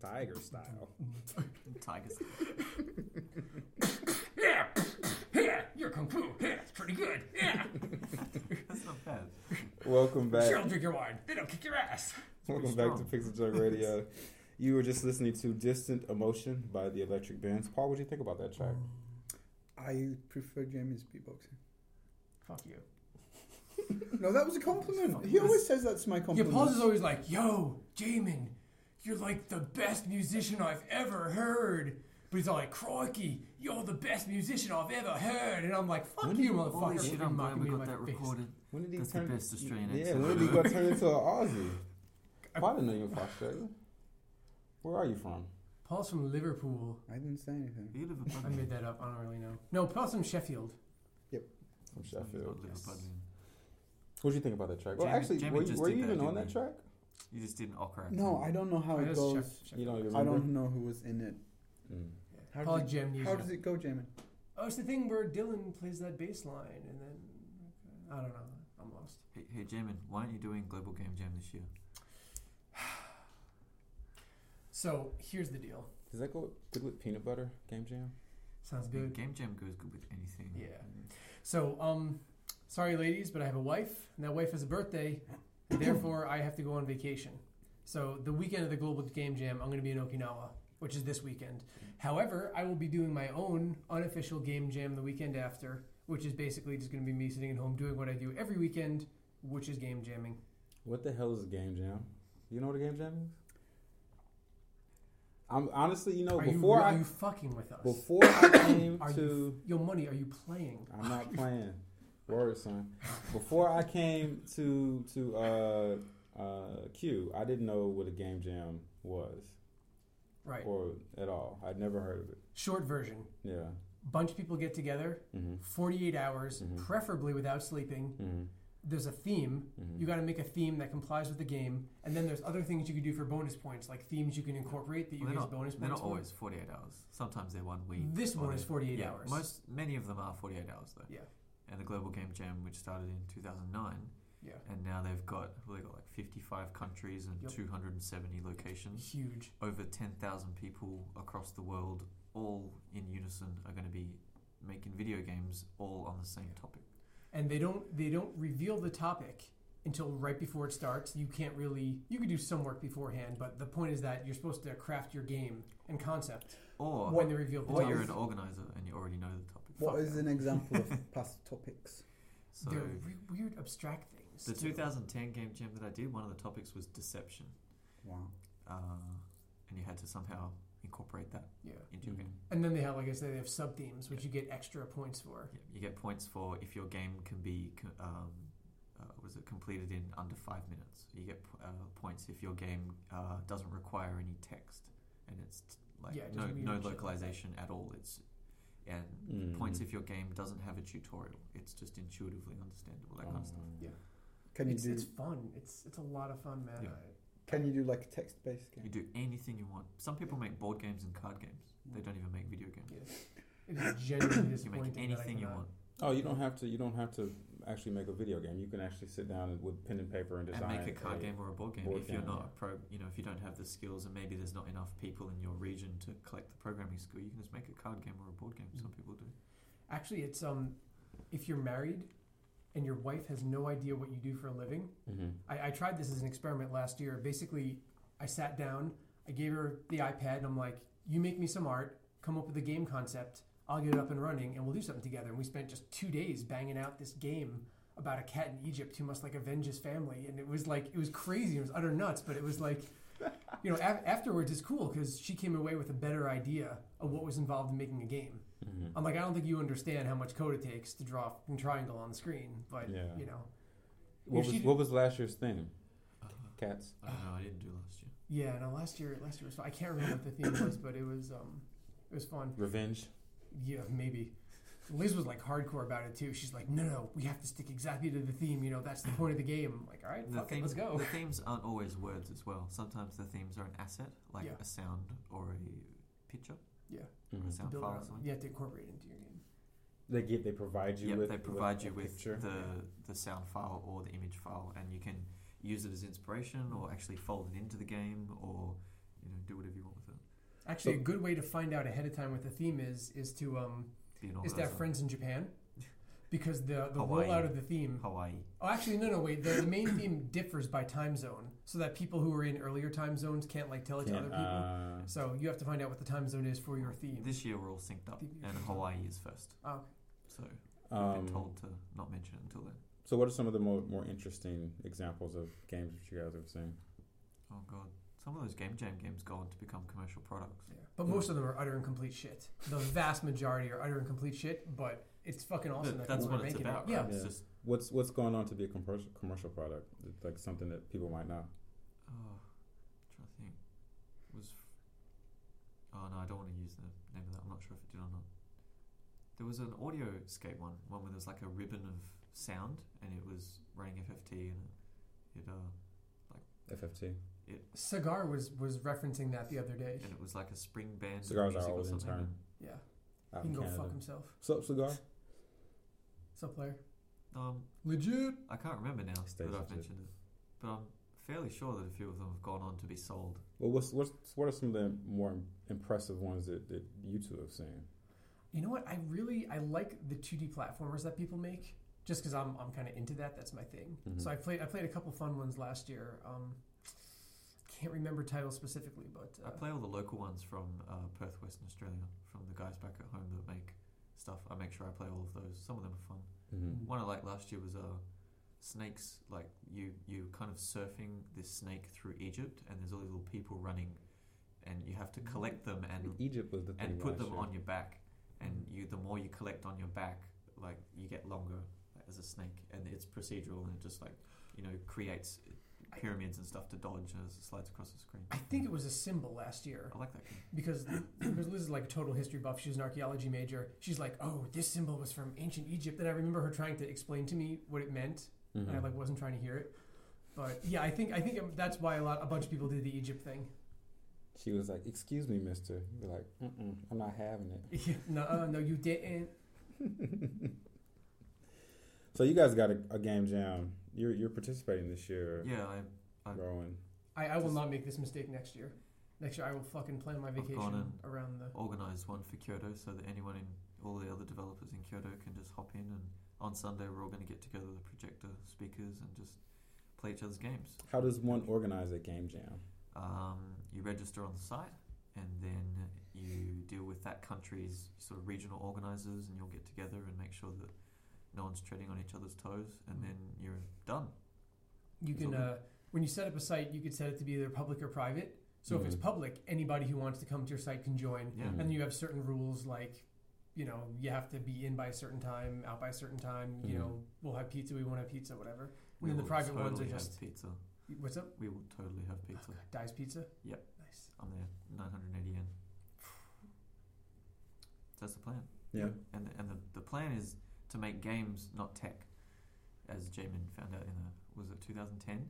Speaker 1: Tiger style.
Speaker 3: Tigers.
Speaker 2: Yeah, yeah, your kung fu. Yeah, it's pretty good. Yeah,
Speaker 3: That's not bad.
Speaker 1: Welcome back.
Speaker 2: sure, I'll drink your wine. They don't kick your ass.
Speaker 1: Welcome back to Pixel Junk Radio. you were just listening to "Distant Emotion" by the Electric Bands. Paul, what do you think about that track?
Speaker 4: I prefer Jamie's beatboxing.
Speaker 2: Fuck you.
Speaker 4: No, that was a compliment. He always says that's my
Speaker 2: Yeah,
Speaker 4: compliment.
Speaker 2: Paul's is always like, "Yo, Jamin, you're like the best musician I've ever heard." But he's all like, "Crikey, you're the best musician I've ever heard," and I'm like, "Fuck you, motherfucker!"
Speaker 3: Holy shit,
Speaker 2: for
Speaker 3: I'm glad
Speaker 2: mocking
Speaker 3: we
Speaker 2: me in
Speaker 3: got
Speaker 2: my
Speaker 3: that
Speaker 2: face.
Speaker 3: recorded.
Speaker 1: When did he
Speaker 3: That's the
Speaker 1: turn?
Speaker 3: best Australian
Speaker 1: yeah,
Speaker 3: accent.
Speaker 1: when did he go turn into an Aussie? Paul didn't know you were from Australia. Where are you from?
Speaker 2: Paul's from Liverpool.
Speaker 4: I didn't say anything.
Speaker 3: You live a
Speaker 2: I made that up. I don't really know. No, Paul's from Sheffield.
Speaker 1: From Sheffield.
Speaker 3: Liverpool.
Speaker 1: What do you think about that track? Well,
Speaker 3: Jamie-
Speaker 1: actually,
Speaker 3: Jamie
Speaker 1: were, you-
Speaker 3: just
Speaker 1: were
Speaker 3: did
Speaker 1: you
Speaker 3: that,
Speaker 1: even on
Speaker 3: didn't
Speaker 1: that
Speaker 3: he?
Speaker 1: track?
Speaker 3: You just did an opera.
Speaker 4: No, I don't know how
Speaker 2: I
Speaker 4: it
Speaker 2: just
Speaker 4: goes.
Speaker 2: Sheff- Sheffield.
Speaker 1: You don't even
Speaker 4: I
Speaker 1: remember?
Speaker 4: don't know who was in it.
Speaker 1: Mm.
Speaker 4: How
Speaker 2: Paul
Speaker 4: does
Speaker 2: Jamnesia.
Speaker 4: How does it go, Jamie?
Speaker 2: Oh, it's the thing where Dylan plays that bass line, and then I don't know. I'm lost.
Speaker 3: Hey, hey Jamin, why aren't you doing Global Game Jam this year?
Speaker 2: So here's the deal.
Speaker 1: Does Mm. that go good with peanut butter game jam?
Speaker 2: Sounds good.
Speaker 3: Game Jam goes good with anything.
Speaker 2: Yeah. So, um, sorry, ladies, but I have a wife, and that wife has a birthday, and therefore I have to go on vacation. So the weekend of the Global Game Jam, I'm going to be in Okinawa, which is this weekend. However, I will be doing my own unofficial game jam the weekend after, which is basically just going to be me sitting at home doing what I do every weekend, which is game jamming.
Speaker 1: What the hell is a game jam? You know what a game jam is? I'm honestly, you know,
Speaker 2: are
Speaker 1: before
Speaker 2: you,
Speaker 1: I
Speaker 2: are you fucking with us?
Speaker 1: before I came
Speaker 2: Are
Speaker 1: to,
Speaker 2: Yo, money, are you playing?
Speaker 1: I'm not playing. Word son. Before I came to to uh, uh, Q, I didn't know what a game jam was
Speaker 2: Right.
Speaker 1: or at all. I'd never heard of it.
Speaker 2: Short version.
Speaker 1: Yeah.
Speaker 2: Bunch of people get together,
Speaker 1: Mm-hmm.
Speaker 2: 48 hours,
Speaker 1: Mhm.
Speaker 2: preferably without sleeping.
Speaker 1: Mm-hmm.
Speaker 2: There's a theme.
Speaker 1: Mm-hmm.
Speaker 2: You got to make a theme that complies with the game, and then there's other things you can do for bonus points, like themes you can incorporate that you
Speaker 3: Well,
Speaker 2: get
Speaker 3: they're
Speaker 2: as bonus
Speaker 3: They're
Speaker 2: points.
Speaker 3: not
Speaker 2: for.
Speaker 3: always 48 hours. Sometimes they're one week.
Speaker 2: This one
Speaker 3: or-
Speaker 2: is 48
Speaker 3: yeah,
Speaker 2: hours.
Speaker 3: Most, many of them are 48 hours though.
Speaker 2: Yeah.
Speaker 3: And the Global Game Jam, which started in 2009,
Speaker 2: yeah,
Speaker 3: and now they've got well, they've got like 55 countries and
Speaker 2: Yep.
Speaker 3: 270 locations.
Speaker 2: huge.
Speaker 3: Over 10,000 people across the world, all in unison, are going to be making video games all on the same topic.
Speaker 2: and they don't they don't reveal the topic until right before it starts. You can't really you could do some work beforehand, but the point is that you're supposed to craft your game and concept
Speaker 3: Or
Speaker 2: when they reveal the
Speaker 3: or
Speaker 2: topic.
Speaker 3: you're an organizer and you already know the topic.
Speaker 4: What
Speaker 2: Fuck
Speaker 4: is
Speaker 2: that.
Speaker 4: an example of past topics?
Speaker 3: So
Speaker 2: They're re- weird abstract things.
Speaker 3: the
Speaker 2: too.
Speaker 3: 2010 game jam that I did, one of the topics was deception,
Speaker 4: Wow.
Speaker 3: uh, and you had to somehow incorporate that
Speaker 2: yeah.
Speaker 3: into your game.
Speaker 2: And then they have, like I said, they have sub themes, which you get extra points for.
Speaker 3: Yeah, you get points for if your game can be co- um, uh, was it completed in under five minutes. You get p- uh, points if your game uh, doesn't require any text and it's t- like
Speaker 2: Yeah, it
Speaker 3: no
Speaker 2: doesn't need
Speaker 3: no
Speaker 2: any shit like that.
Speaker 3: localization at all. It's and points if your game doesn't have a tutorial. It's just intuitively understandable. That kind
Speaker 2: Mm.
Speaker 3: of stuff.
Speaker 1: Um, Yeah.
Speaker 4: Can you
Speaker 2: It's,
Speaker 4: do
Speaker 2: it's fun. It's it's a lot of fun, man.
Speaker 3: Yeah.
Speaker 2: I-
Speaker 4: Can you do like a text-based
Speaker 3: You
Speaker 4: game?
Speaker 3: do anything you want. Some people make board games and card games. They don't even make video games.
Speaker 2: Mm. It is genuinely
Speaker 3: You
Speaker 2: disappointing.
Speaker 3: make
Speaker 2: that I
Speaker 3: anything you
Speaker 2: cannot-
Speaker 3: want
Speaker 1: Oh, you don't have to. You don't have to actually make a video game. You can actually sit down and- with pen and paper and
Speaker 3: and
Speaker 1: design.
Speaker 3: make a card game or a board game
Speaker 1: board
Speaker 3: if you're
Speaker 1: game,
Speaker 3: not
Speaker 1: yeah.
Speaker 3: a pro. You know, if you don't have the skills and maybe there's not enough people in your region to collect the programming skill, you can just make a card game or a board game. Some people do.
Speaker 2: Actually, it's um, if you're married, and your wife has no idea what you do for a living,
Speaker 1: Mm-hmm.
Speaker 2: I, I tried this as an experiment last year. Basically, I sat down, I gave her the iPad, and I'm like, "You make me some art, come up with a game concept. I'll get it up and running, and we'll do something together." And we spent just two days banging out this game about a cat in Egypt who must like avenge his family, and it was like it was crazy. It was utter nuts, but it was like. You know, af- afterwards it's cool because she came away with a better idea of what was involved in making a game.
Speaker 1: Mm-hmm.
Speaker 2: I'm like, I don't think you understand how much code it takes to draw a fucking triangle on the screen, but
Speaker 1: Yeah.
Speaker 2: you know,
Speaker 1: What
Speaker 2: If
Speaker 1: was
Speaker 2: she-
Speaker 1: what was last year's theme?
Speaker 2: Uh-huh.
Speaker 1: Cats.
Speaker 3: I don't know. I didn't do last year.
Speaker 2: Yeah, no. Last year, last year was. Fun. I can't remember what the theme was, but it was um, it was fun.
Speaker 1: Revenge.
Speaker 2: Yeah, maybe. Liz was like hardcore about it too. She's like, no, no, we have to stick exactly to the theme. You know, that's the point of the game. I'm like, all right,
Speaker 3: The
Speaker 2: fuck it, let's go.
Speaker 3: The themes aren't always words as well. Sometimes the themes are an asset, like
Speaker 2: Yeah.
Speaker 3: a sound or a picture or a
Speaker 1: Mhm.
Speaker 3: sound
Speaker 2: Build
Speaker 3: file
Speaker 2: around-
Speaker 3: or something.
Speaker 2: you have to incorporate it into your game.
Speaker 1: They get. They provide you
Speaker 3: Yep,
Speaker 1: with.
Speaker 3: they provide you
Speaker 1: a
Speaker 3: with
Speaker 1: picture.
Speaker 3: the the sound file or the image file, and you can use it as inspiration
Speaker 2: Mm-hmm.
Speaker 3: or actually fold it into the game or you know do whatever you want with it.
Speaker 2: Actually,
Speaker 1: So-
Speaker 2: a good way to find out ahead of time what the theme is is to um,
Speaker 3: Be an
Speaker 2: is to have
Speaker 3: organizer.
Speaker 2: friends in Japan, because the the
Speaker 3: Oh, Hawaii.
Speaker 2: rollout of the theme
Speaker 3: Hawaii.
Speaker 2: Oh, actually, no, no, wait. The, the main theme differs by time zone, so that people who are in earlier time zones can't like tell it to
Speaker 1: Can't-
Speaker 2: other people.
Speaker 1: uh,
Speaker 2: so you have to find out what the time zone is for your theme.
Speaker 3: This year we're all synced up,
Speaker 2: Theme.
Speaker 3: and Hawaii is first.
Speaker 2: Oh.
Speaker 3: So we've
Speaker 1: um,
Speaker 3: been told to not mention it until then.
Speaker 1: So, what are some of the more, more interesting examples of games that you guys have seen?
Speaker 3: Oh god, some of those game jam games go on to become commercial products.
Speaker 2: Yeah. But most of them are utter and complete shit. The vast majority are utter and complete shit, but it's fucking awesome
Speaker 3: But
Speaker 2: that
Speaker 3: that's
Speaker 2: people
Speaker 3: what
Speaker 2: are
Speaker 3: it's
Speaker 2: making
Speaker 3: about,
Speaker 2: it.
Speaker 3: right?
Speaker 2: Yeah.
Speaker 3: It's
Speaker 1: Yeah.
Speaker 3: just
Speaker 1: What's what's going on to be a commercial commercial product? It's like something that people might know.
Speaker 3: oh, I'm trying to think. Was oh no, I don't want to use the name of that. I'm not sure if it did or not. There was an audio skate one, one where there's like a ribbon of sound, and it was running FFT, and it, it uh,
Speaker 1: FFT.
Speaker 2: Cigar was was referencing that the other day.
Speaker 3: and it was like a spring band of
Speaker 1: Cigars are
Speaker 3: music or
Speaker 1: always in
Speaker 3: something.
Speaker 1: turn.
Speaker 2: Yeah.
Speaker 1: Out
Speaker 2: He
Speaker 1: in
Speaker 2: can go
Speaker 1: Canada.
Speaker 2: fuck himself.
Speaker 1: Sup, cigar?
Speaker 2: Sub player.
Speaker 3: and, um,
Speaker 2: Legit.
Speaker 3: I can't remember now
Speaker 1: Stays
Speaker 3: that I've
Speaker 1: with it.
Speaker 3: mentioned it, but I'm fairly sure that a few of them have gone on to be sold.
Speaker 1: Well, what's what's what are some of the more impressive ones that, that you two have seen?
Speaker 2: You know what? I really I like the 2D platformers that people make. Just because I'm, I'm kind of into that, that's my thing.
Speaker 1: Mhm.
Speaker 2: So I played I played a couple fun ones last year. Um, can't remember titles specifically, but
Speaker 3: I
Speaker 2: uh,
Speaker 3: play all the local ones from uh, Perth, Western Australia, from the guys back at home that make stuff. I make sure I play all of those. Some of them are fun.
Speaker 1: Mm-hmm.
Speaker 3: One I liked last year was uh, snakes. Like you, you kind of surfing this snake through Egypt, and there's all these little people running, and you have to collect them and
Speaker 1: Egypt was the thing.
Speaker 3: and put
Speaker 1: last
Speaker 3: them
Speaker 1: year.
Speaker 3: on your back. And
Speaker 2: Mm.
Speaker 3: you, the more you collect on your back, like you get longer like, as a snake, and it's procedural and it just like you know creates pyramids and stuff to dodge as it slides across the screen.
Speaker 2: I think it was a symbol last year
Speaker 3: I like that. Game.
Speaker 2: because because Liz is like a total history buff. She's an archaeology major. She's like, oh, this symbol was from ancient Egypt. And I remember her trying to explain to me what it meant, and I
Speaker 1: Mhm.
Speaker 2: like wasn't trying to hear it. But yeah, I think I think it- that's why a lot a bunch of people did the Egypt thing.
Speaker 1: She was like, "Excuse me, Mister." We're like, Mm-mm, "I'm not having it."
Speaker 2: no, uh, no, you didn't.
Speaker 1: So you guys got a, a game jam. You're you're participating this year,
Speaker 3: Yeah, I, I-
Speaker 1: Rowan.
Speaker 2: I, I will
Speaker 3: Just-
Speaker 2: not make this mistake next year. Next year, I will fucking plan my
Speaker 3: I've gone
Speaker 2: vacation around the.
Speaker 3: organised one for Kyoto so that anyone in all the other developers in Kyoto can just hop in and on Sunday we're all going to get together with the projector speakers and just play each other's games.
Speaker 1: How does one organize a game jam?
Speaker 3: Um, you register on the site and then you deal with that country's sort of regional organisers and you'll get together and make sure that no one's treading on each other's toes and then you're done.
Speaker 2: You can
Speaker 3: Absolutely.
Speaker 2: uh, when you set up a site, you could set it to be either public or private. So if it's
Speaker 3: Mm-hmm.
Speaker 1: Mhm.
Speaker 2: public, anybody who wants to come to your site can join.
Speaker 3: Yeah.
Speaker 2: And then you have certain rules like, you know, you have to be in by a certain time, out by a certain time. You
Speaker 1: Mhm.
Speaker 2: know, we'll have pizza, we won't have pizza, whatever.
Speaker 3: We
Speaker 2: then the
Speaker 3: will
Speaker 2: private ones are
Speaker 3: Mm-hmm. totally have
Speaker 2: just-
Speaker 3: pizza.
Speaker 2: What's up?
Speaker 3: We will totally have pizza.
Speaker 2: Dice pizza.
Speaker 3: Yep.
Speaker 2: Nice.
Speaker 3: I'm there, 980 yen. That's the plan.
Speaker 1: Yeah.
Speaker 3: And the, and the, the plan is to make games, not tech, as Jamin found out in the was it 2010?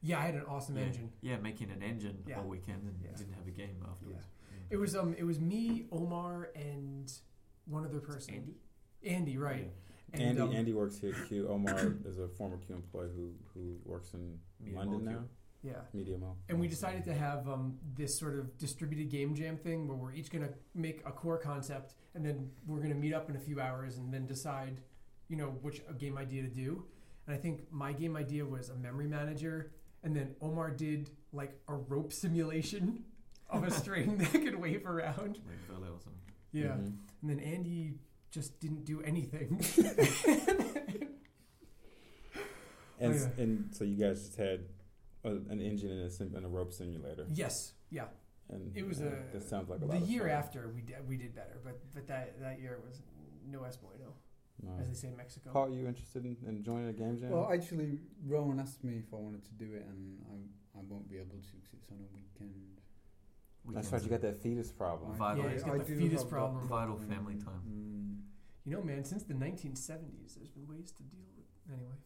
Speaker 2: Yeah, I had an awesome
Speaker 3: yeah.
Speaker 2: engine.
Speaker 3: Yeah, making an engine
Speaker 2: Yeah.
Speaker 3: all weekend and
Speaker 2: Yeah.
Speaker 3: didn't have a game afterwards.
Speaker 2: It was um, it was me, Omar, and one other
Speaker 3: It's
Speaker 2: person.
Speaker 3: Andy.
Speaker 2: Andy, right? And,
Speaker 1: Andy
Speaker 2: um,
Speaker 1: Andy works here at Q. Omar is a former Q employee who who works in
Speaker 3: Media
Speaker 1: London
Speaker 3: Molecule.
Speaker 1: now.
Speaker 2: Yeah.
Speaker 1: Media Mo.
Speaker 2: And we decided to have um, this sort of distributed game jam thing where we're each going to make a core concept and then we're going to meet up in a few hours and then decide, you know, which game idea to do. And I think my game idea was a memory manager. And then Omar did like a rope simulation of a string that could wave around.
Speaker 3: Like Verlet or something.
Speaker 2: Yeah. Oh,
Speaker 1: Mhm.
Speaker 2: And then Andy just didn't do anything.
Speaker 1: And s
Speaker 2: Oh, yeah.
Speaker 1: and so you guys just had a, an engine and a, sim- and a rope simulator.
Speaker 2: yes. Yeah.
Speaker 1: And
Speaker 2: It was
Speaker 1: uh,
Speaker 2: a-
Speaker 1: that sounds like a lot
Speaker 2: the
Speaker 1: of
Speaker 2: year
Speaker 1: fun.
Speaker 2: after we did, we did better, but but that that year was no es bueno,
Speaker 1: No.
Speaker 2: as they say in Mexico.
Speaker 1: Paul, you interested in, in joining a game jam?
Speaker 4: Well, actually, Rowan asked me if I wanted to do it, and I, I won't be able to because it's on a weekend.
Speaker 1: That's
Speaker 3: Weekends
Speaker 1: right. You got
Speaker 3: are
Speaker 1: that fetus problem.
Speaker 3: Vital.
Speaker 2: Yeah, he's got
Speaker 4: I
Speaker 2: the
Speaker 4: do
Speaker 2: fetus
Speaker 4: have that
Speaker 2: problem.
Speaker 3: Vital family time.
Speaker 4: Mm.
Speaker 2: You know, man, since the 1970s, there's been ways to deal with. Anyway,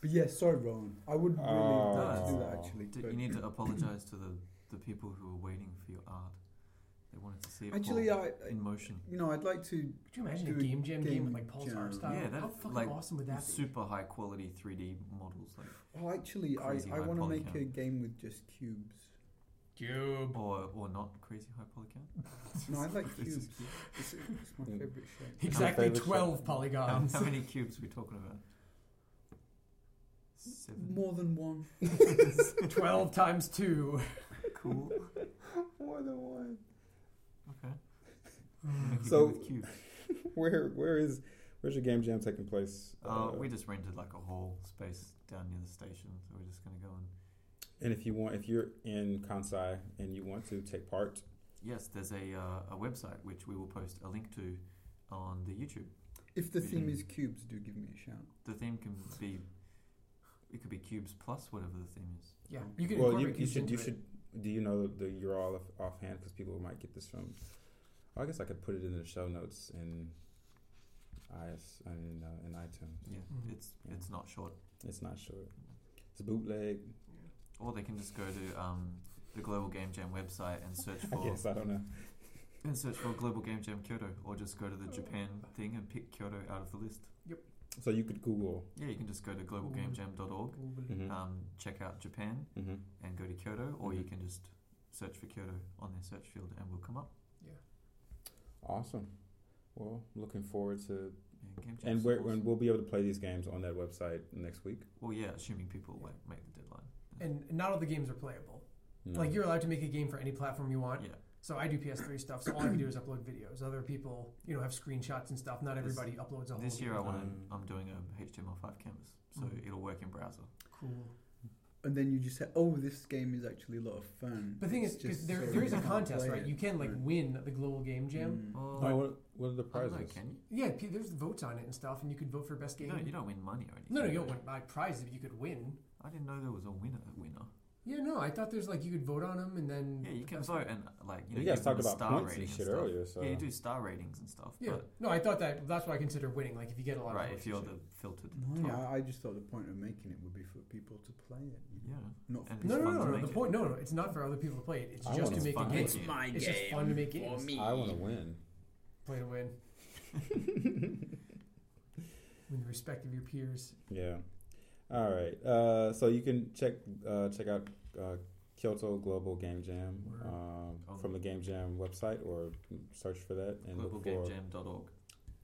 Speaker 4: But yeah, sorry, Rowan. I would really like to do that
Speaker 1: Oh.
Speaker 4: actually.
Speaker 2: Mm.
Speaker 3: D-
Speaker 4: but-
Speaker 3: You need to apologise to the, the people who were waiting for your art. They wanted to see it
Speaker 4: actually,
Speaker 3: all
Speaker 4: I, I
Speaker 3: in motion.
Speaker 4: you know I'd like to.
Speaker 2: could you imagine a
Speaker 4: Do a
Speaker 2: game jam game, with
Speaker 4: game
Speaker 2: like Paul's
Speaker 4: jam.
Speaker 2: art style?
Speaker 3: Yeah, that-
Speaker 2: How fucking
Speaker 3: like,
Speaker 2: awesome would that be?
Speaker 3: Super high quality 3D models, like
Speaker 4: Well, actually, I,
Speaker 3: Crazy
Speaker 4: I
Speaker 3: high
Speaker 4: want to
Speaker 3: poly
Speaker 4: make a
Speaker 3: count.
Speaker 4: game with just cubes.
Speaker 2: Cube.
Speaker 3: or or not crazy high poly count.
Speaker 4: No, I like
Speaker 3: This
Speaker 4: cubes.
Speaker 3: is-
Speaker 4: It's, it's my
Speaker 1: Mm.
Speaker 4: favorite shape.
Speaker 2: Exactly
Speaker 1: favorite
Speaker 2: 12
Speaker 1: show.
Speaker 3: How,
Speaker 2: polygons.
Speaker 3: how many cubes are we talking about? Seven.
Speaker 4: More than one.
Speaker 2: 12 times 2.
Speaker 3: Cool.
Speaker 1: More than one.
Speaker 3: Make a
Speaker 1: So-
Speaker 3: game with cubes.
Speaker 1: Where where is where's your game jam taking place?
Speaker 3: Uh, we just rented like a hall space down near the station, so we're just gonna go and.
Speaker 1: and if you want, if you're in Kansai and you want to take part,
Speaker 3: Yes, there's a uh, a website which we will post a link to on the YouTube.
Speaker 4: If the theme
Speaker 3: Mhm.
Speaker 4: is cubes, do give me a shout.
Speaker 3: The theme can be, it could be cubes plus whatever the theme is.
Speaker 2: Yeah, you can
Speaker 1: well, you,
Speaker 2: incorporate
Speaker 1: you
Speaker 2: cubes
Speaker 1: should you
Speaker 2: into it.
Speaker 1: should. Do you know the, the URL off, offhand? Because people might get this from. I guess I could put it in the show notes in. IS in uh, in iTunes.
Speaker 3: Yeah,
Speaker 2: Mhm.
Speaker 3: it's
Speaker 1: Yeah.
Speaker 3: it's not short.
Speaker 1: It's not short. It's bootleg.
Speaker 3: Or they can just go to um, the Global Game Jam website and search
Speaker 1: I
Speaker 2: Oh.
Speaker 3: for
Speaker 1: guess I don't know.
Speaker 3: and search for Global Game Jam Kyoto, or just go to the Japan thing and pick Kyoto out of the list.
Speaker 1: So you could Google.
Speaker 3: Yeah, you can just go to globalgamejam.org,
Speaker 2: Mm-hmm.
Speaker 1: Mhm.
Speaker 2: Ah.
Speaker 3: um, check out Japan,
Speaker 1: hmm
Speaker 3: and go to Kyoto, or you
Speaker 1: Mhm.
Speaker 3: can just search for Kyoto on their search field, and we'll come up.
Speaker 1: Awesome. Well, looking forward to
Speaker 3: Yeah, game
Speaker 1: and
Speaker 3: jams
Speaker 1: we're,
Speaker 3: are awesome.
Speaker 1: and we'll be able to play these games on that website next week.
Speaker 3: Well, yeah, assuming people like make the deadline.
Speaker 2: And not all the games are playable.
Speaker 1: No.
Speaker 2: Like you're allowed to make a game for any platform you want.
Speaker 3: Yeah.
Speaker 2: So I do PS3 stuff. So all I can do is upload videos. Other people, you know, have screenshots and stuff. Not
Speaker 3: This-
Speaker 2: everybody uploads a whole.
Speaker 3: This year, I
Speaker 2: game.
Speaker 3: want
Speaker 1: Um,
Speaker 3: to. I'm doing a HTML5 canvas, so
Speaker 2: Mm.
Speaker 3: it'll work in browser.
Speaker 2: cool.
Speaker 4: And then you just say, "Oh, this game is actually a lot of fun."
Speaker 2: The thing
Speaker 4: It's
Speaker 2: is, because
Speaker 4: just
Speaker 2: there,
Speaker 4: sort of
Speaker 2: there is a
Speaker 4: you can't
Speaker 2: contest,
Speaker 4: play
Speaker 2: right?
Speaker 4: it.
Speaker 2: You can like
Speaker 4: Right.
Speaker 2: win at the global game jam.
Speaker 4: Mm.
Speaker 3: Oh,
Speaker 1: Oh, what, what are the
Speaker 3: I don't know,
Speaker 1: prizes?
Speaker 3: can you?
Speaker 2: Yeah, p- there's votes on it and stuff, and you could vote for best
Speaker 3: You
Speaker 2: game.
Speaker 3: don't, you don't win money or anything.
Speaker 2: no, no, you
Speaker 3: do
Speaker 2: don't win by prizes, but you could win.
Speaker 3: I didn't know there was a winner. Winner.
Speaker 2: Yeah, no, I thought there's like you could vote on them and then.
Speaker 3: Yeah, you can vote and like you know.
Speaker 1: You guys
Speaker 3: give
Speaker 1: talked
Speaker 3: them a
Speaker 1: about
Speaker 3: star
Speaker 1: points
Speaker 3: rating
Speaker 1: and shit
Speaker 3: stuff.
Speaker 1: earlier, so
Speaker 3: Yeah, you do star ratings and stuff.
Speaker 2: Yeah,
Speaker 3: But,
Speaker 2: no, I thought that that's what I consider winning. Like if you get a lot of
Speaker 3: right,
Speaker 2: votes
Speaker 3: if you're
Speaker 2: and
Speaker 3: the filtered.
Speaker 1: Mm,
Speaker 4: No,
Speaker 3: top.
Speaker 4: yeah, I- I just thought the point of making it would be for people to play it.
Speaker 3: Yeah.
Speaker 4: Not for
Speaker 3: And
Speaker 2: shit.
Speaker 4: people.
Speaker 2: no,
Speaker 3: it's fun
Speaker 2: no, no,
Speaker 3: to
Speaker 2: no,
Speaker 3: make
Speaker 2: The
Speaker 3: it.
Speaker 2: point, no, no, it's not for other people to play it. It's
Speaker 1: I
Speaker 2: just
Speaker 1: wanna
Speaker 2: to make a
Speaker 3: fun to
Speaker 2: game.
Speaker 3: make it.
Speaker 5: my
Speaker 2: It's just fun to make games.
Speaker 1: I want to win.
Speaker 2: Play to win. With the respect of your peers.
Speaker 1: Yeah. All right. Uh, so you can check uh, check out uh, Kyoto Global Game Jam
Speaker 2: Word.
Speaker 1: um,
Speaker 3: Oh.
Speaker 1: from the Game Jam website, or search for that and look for
Speaker 3: Globalgamejam.org.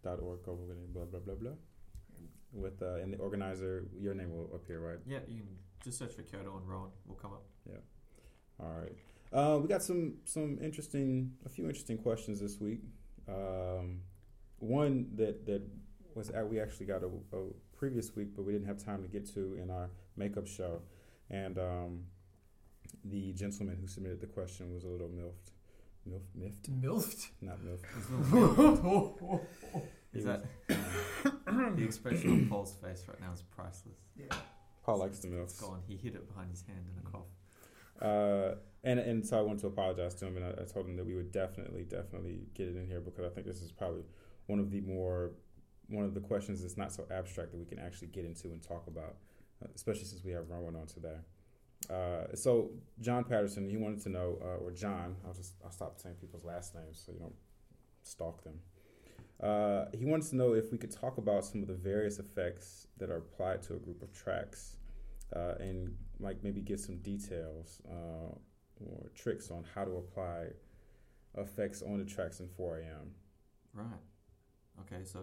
Speaker 1: dot org global game blah blah blah blah. With uh, and the organizer, your name will appear, right?
Speaker 3: Yeah, you can just search for Kyoto and Rowan. We'll come up.
Speaker 1: All right. Uh, we got some some interesting, a few interesting questions this week. Um, one that that was at, we actually got a, a previous week, but we didn't have time to get to in our makeup show, and um, the gentleman who submitted the question was a little milfed, milf, miffed,
Speaker 2: To milfed.
Speaker 1: not milf. He
Speaker 3: Is that the expression on Paul's face right now is priceless.
Speaker 1: Paul likes the
Speaker 3: It's
Speaker 1: milfs.
Speaker 3: gone. He hid it behind his hand in a cough.
Speaker 1: Uh, and and so I wanted to apologize to him, and I, I told him that we would definitely, definitely get it in here because I think this is probably one of the more one of the questions that's not so abstract that we can actually get into and talk about, uh, especially since we have Rowan on today. Uh, so John Patterson, he wanted to know, uh, or John, I'll just I'll stop saying people's last names so you don't stalk them. Uh, he wanted to know if we could talk about some of the various effects that are applied to a group of tracks, uh, and like maybe give some details uh, or tricks on how to apply effects on the tracks in 4am.
Speaker 3: Right. Okay, so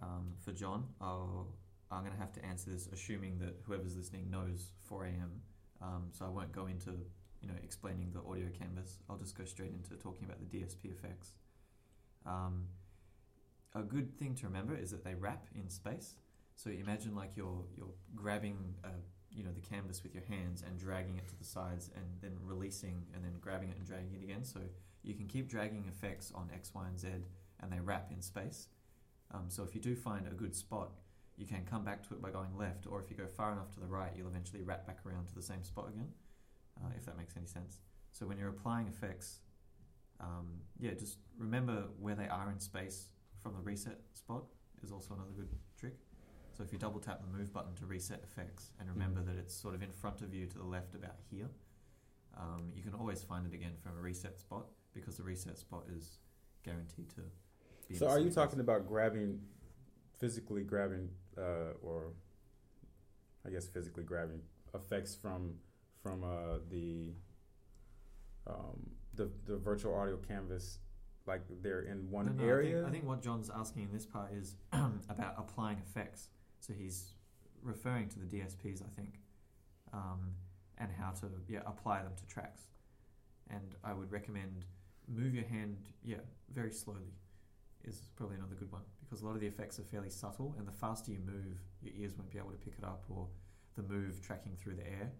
Speaker 3: um, for John, I'll, I'm going to have to answer this assuming that whoever's listening knows 4 a.m. Um, so I won't go into you know explaining the audio canvas. I'll just go straight into talking about the DSP effects. Um, a good thing to remember is that they wrap in space. So imagine like you're you're grabbing uh, you know the canvas with your hands and dragging it to the sides and then releasing and then grabbing it and dragging it again. So you can keep dragging effects on X, Y, and Z, and they wrap in space. Um, so if you do find a good spot, you can come back to it by going left, or if you go far enough to the right, you'll eventually wrap back around to the same spot again, uh, if that makes any sense. So when you're applying effects, um, yeah, just remember where they are in space from the reset spot is also another good trick. So if you double tap the move button to reset effects, and remember that it's sort of in front of you to the left about here, um, you can always find it again from a reset spot because the reset spot is guaranteed to. be in
Speaker 1: So
Speaker 3: the
Speaker 1: are
Speaker 3: same
Speaker 1: you
Speaker 3: place.
Speaker 1: talking about grabbing, physically grabbing, uh, or I guess physically grabbing effects from from uh, the um, the the virtual audio canvas, like they're in one
Speaker 3: No, no, I think-
Speaker 1: area?
Speaker 3: I think, what John's asking in this part is about applying effects. So he's referring to the DSPs, I think, um, and how to yeah apply them to tracks. And I would recommend move your hand yeah very slowly is probably another good one because a lot of the effects are fairly subtle, and the faster you move, your ears won't be able to pick it up, or the move tracking through the air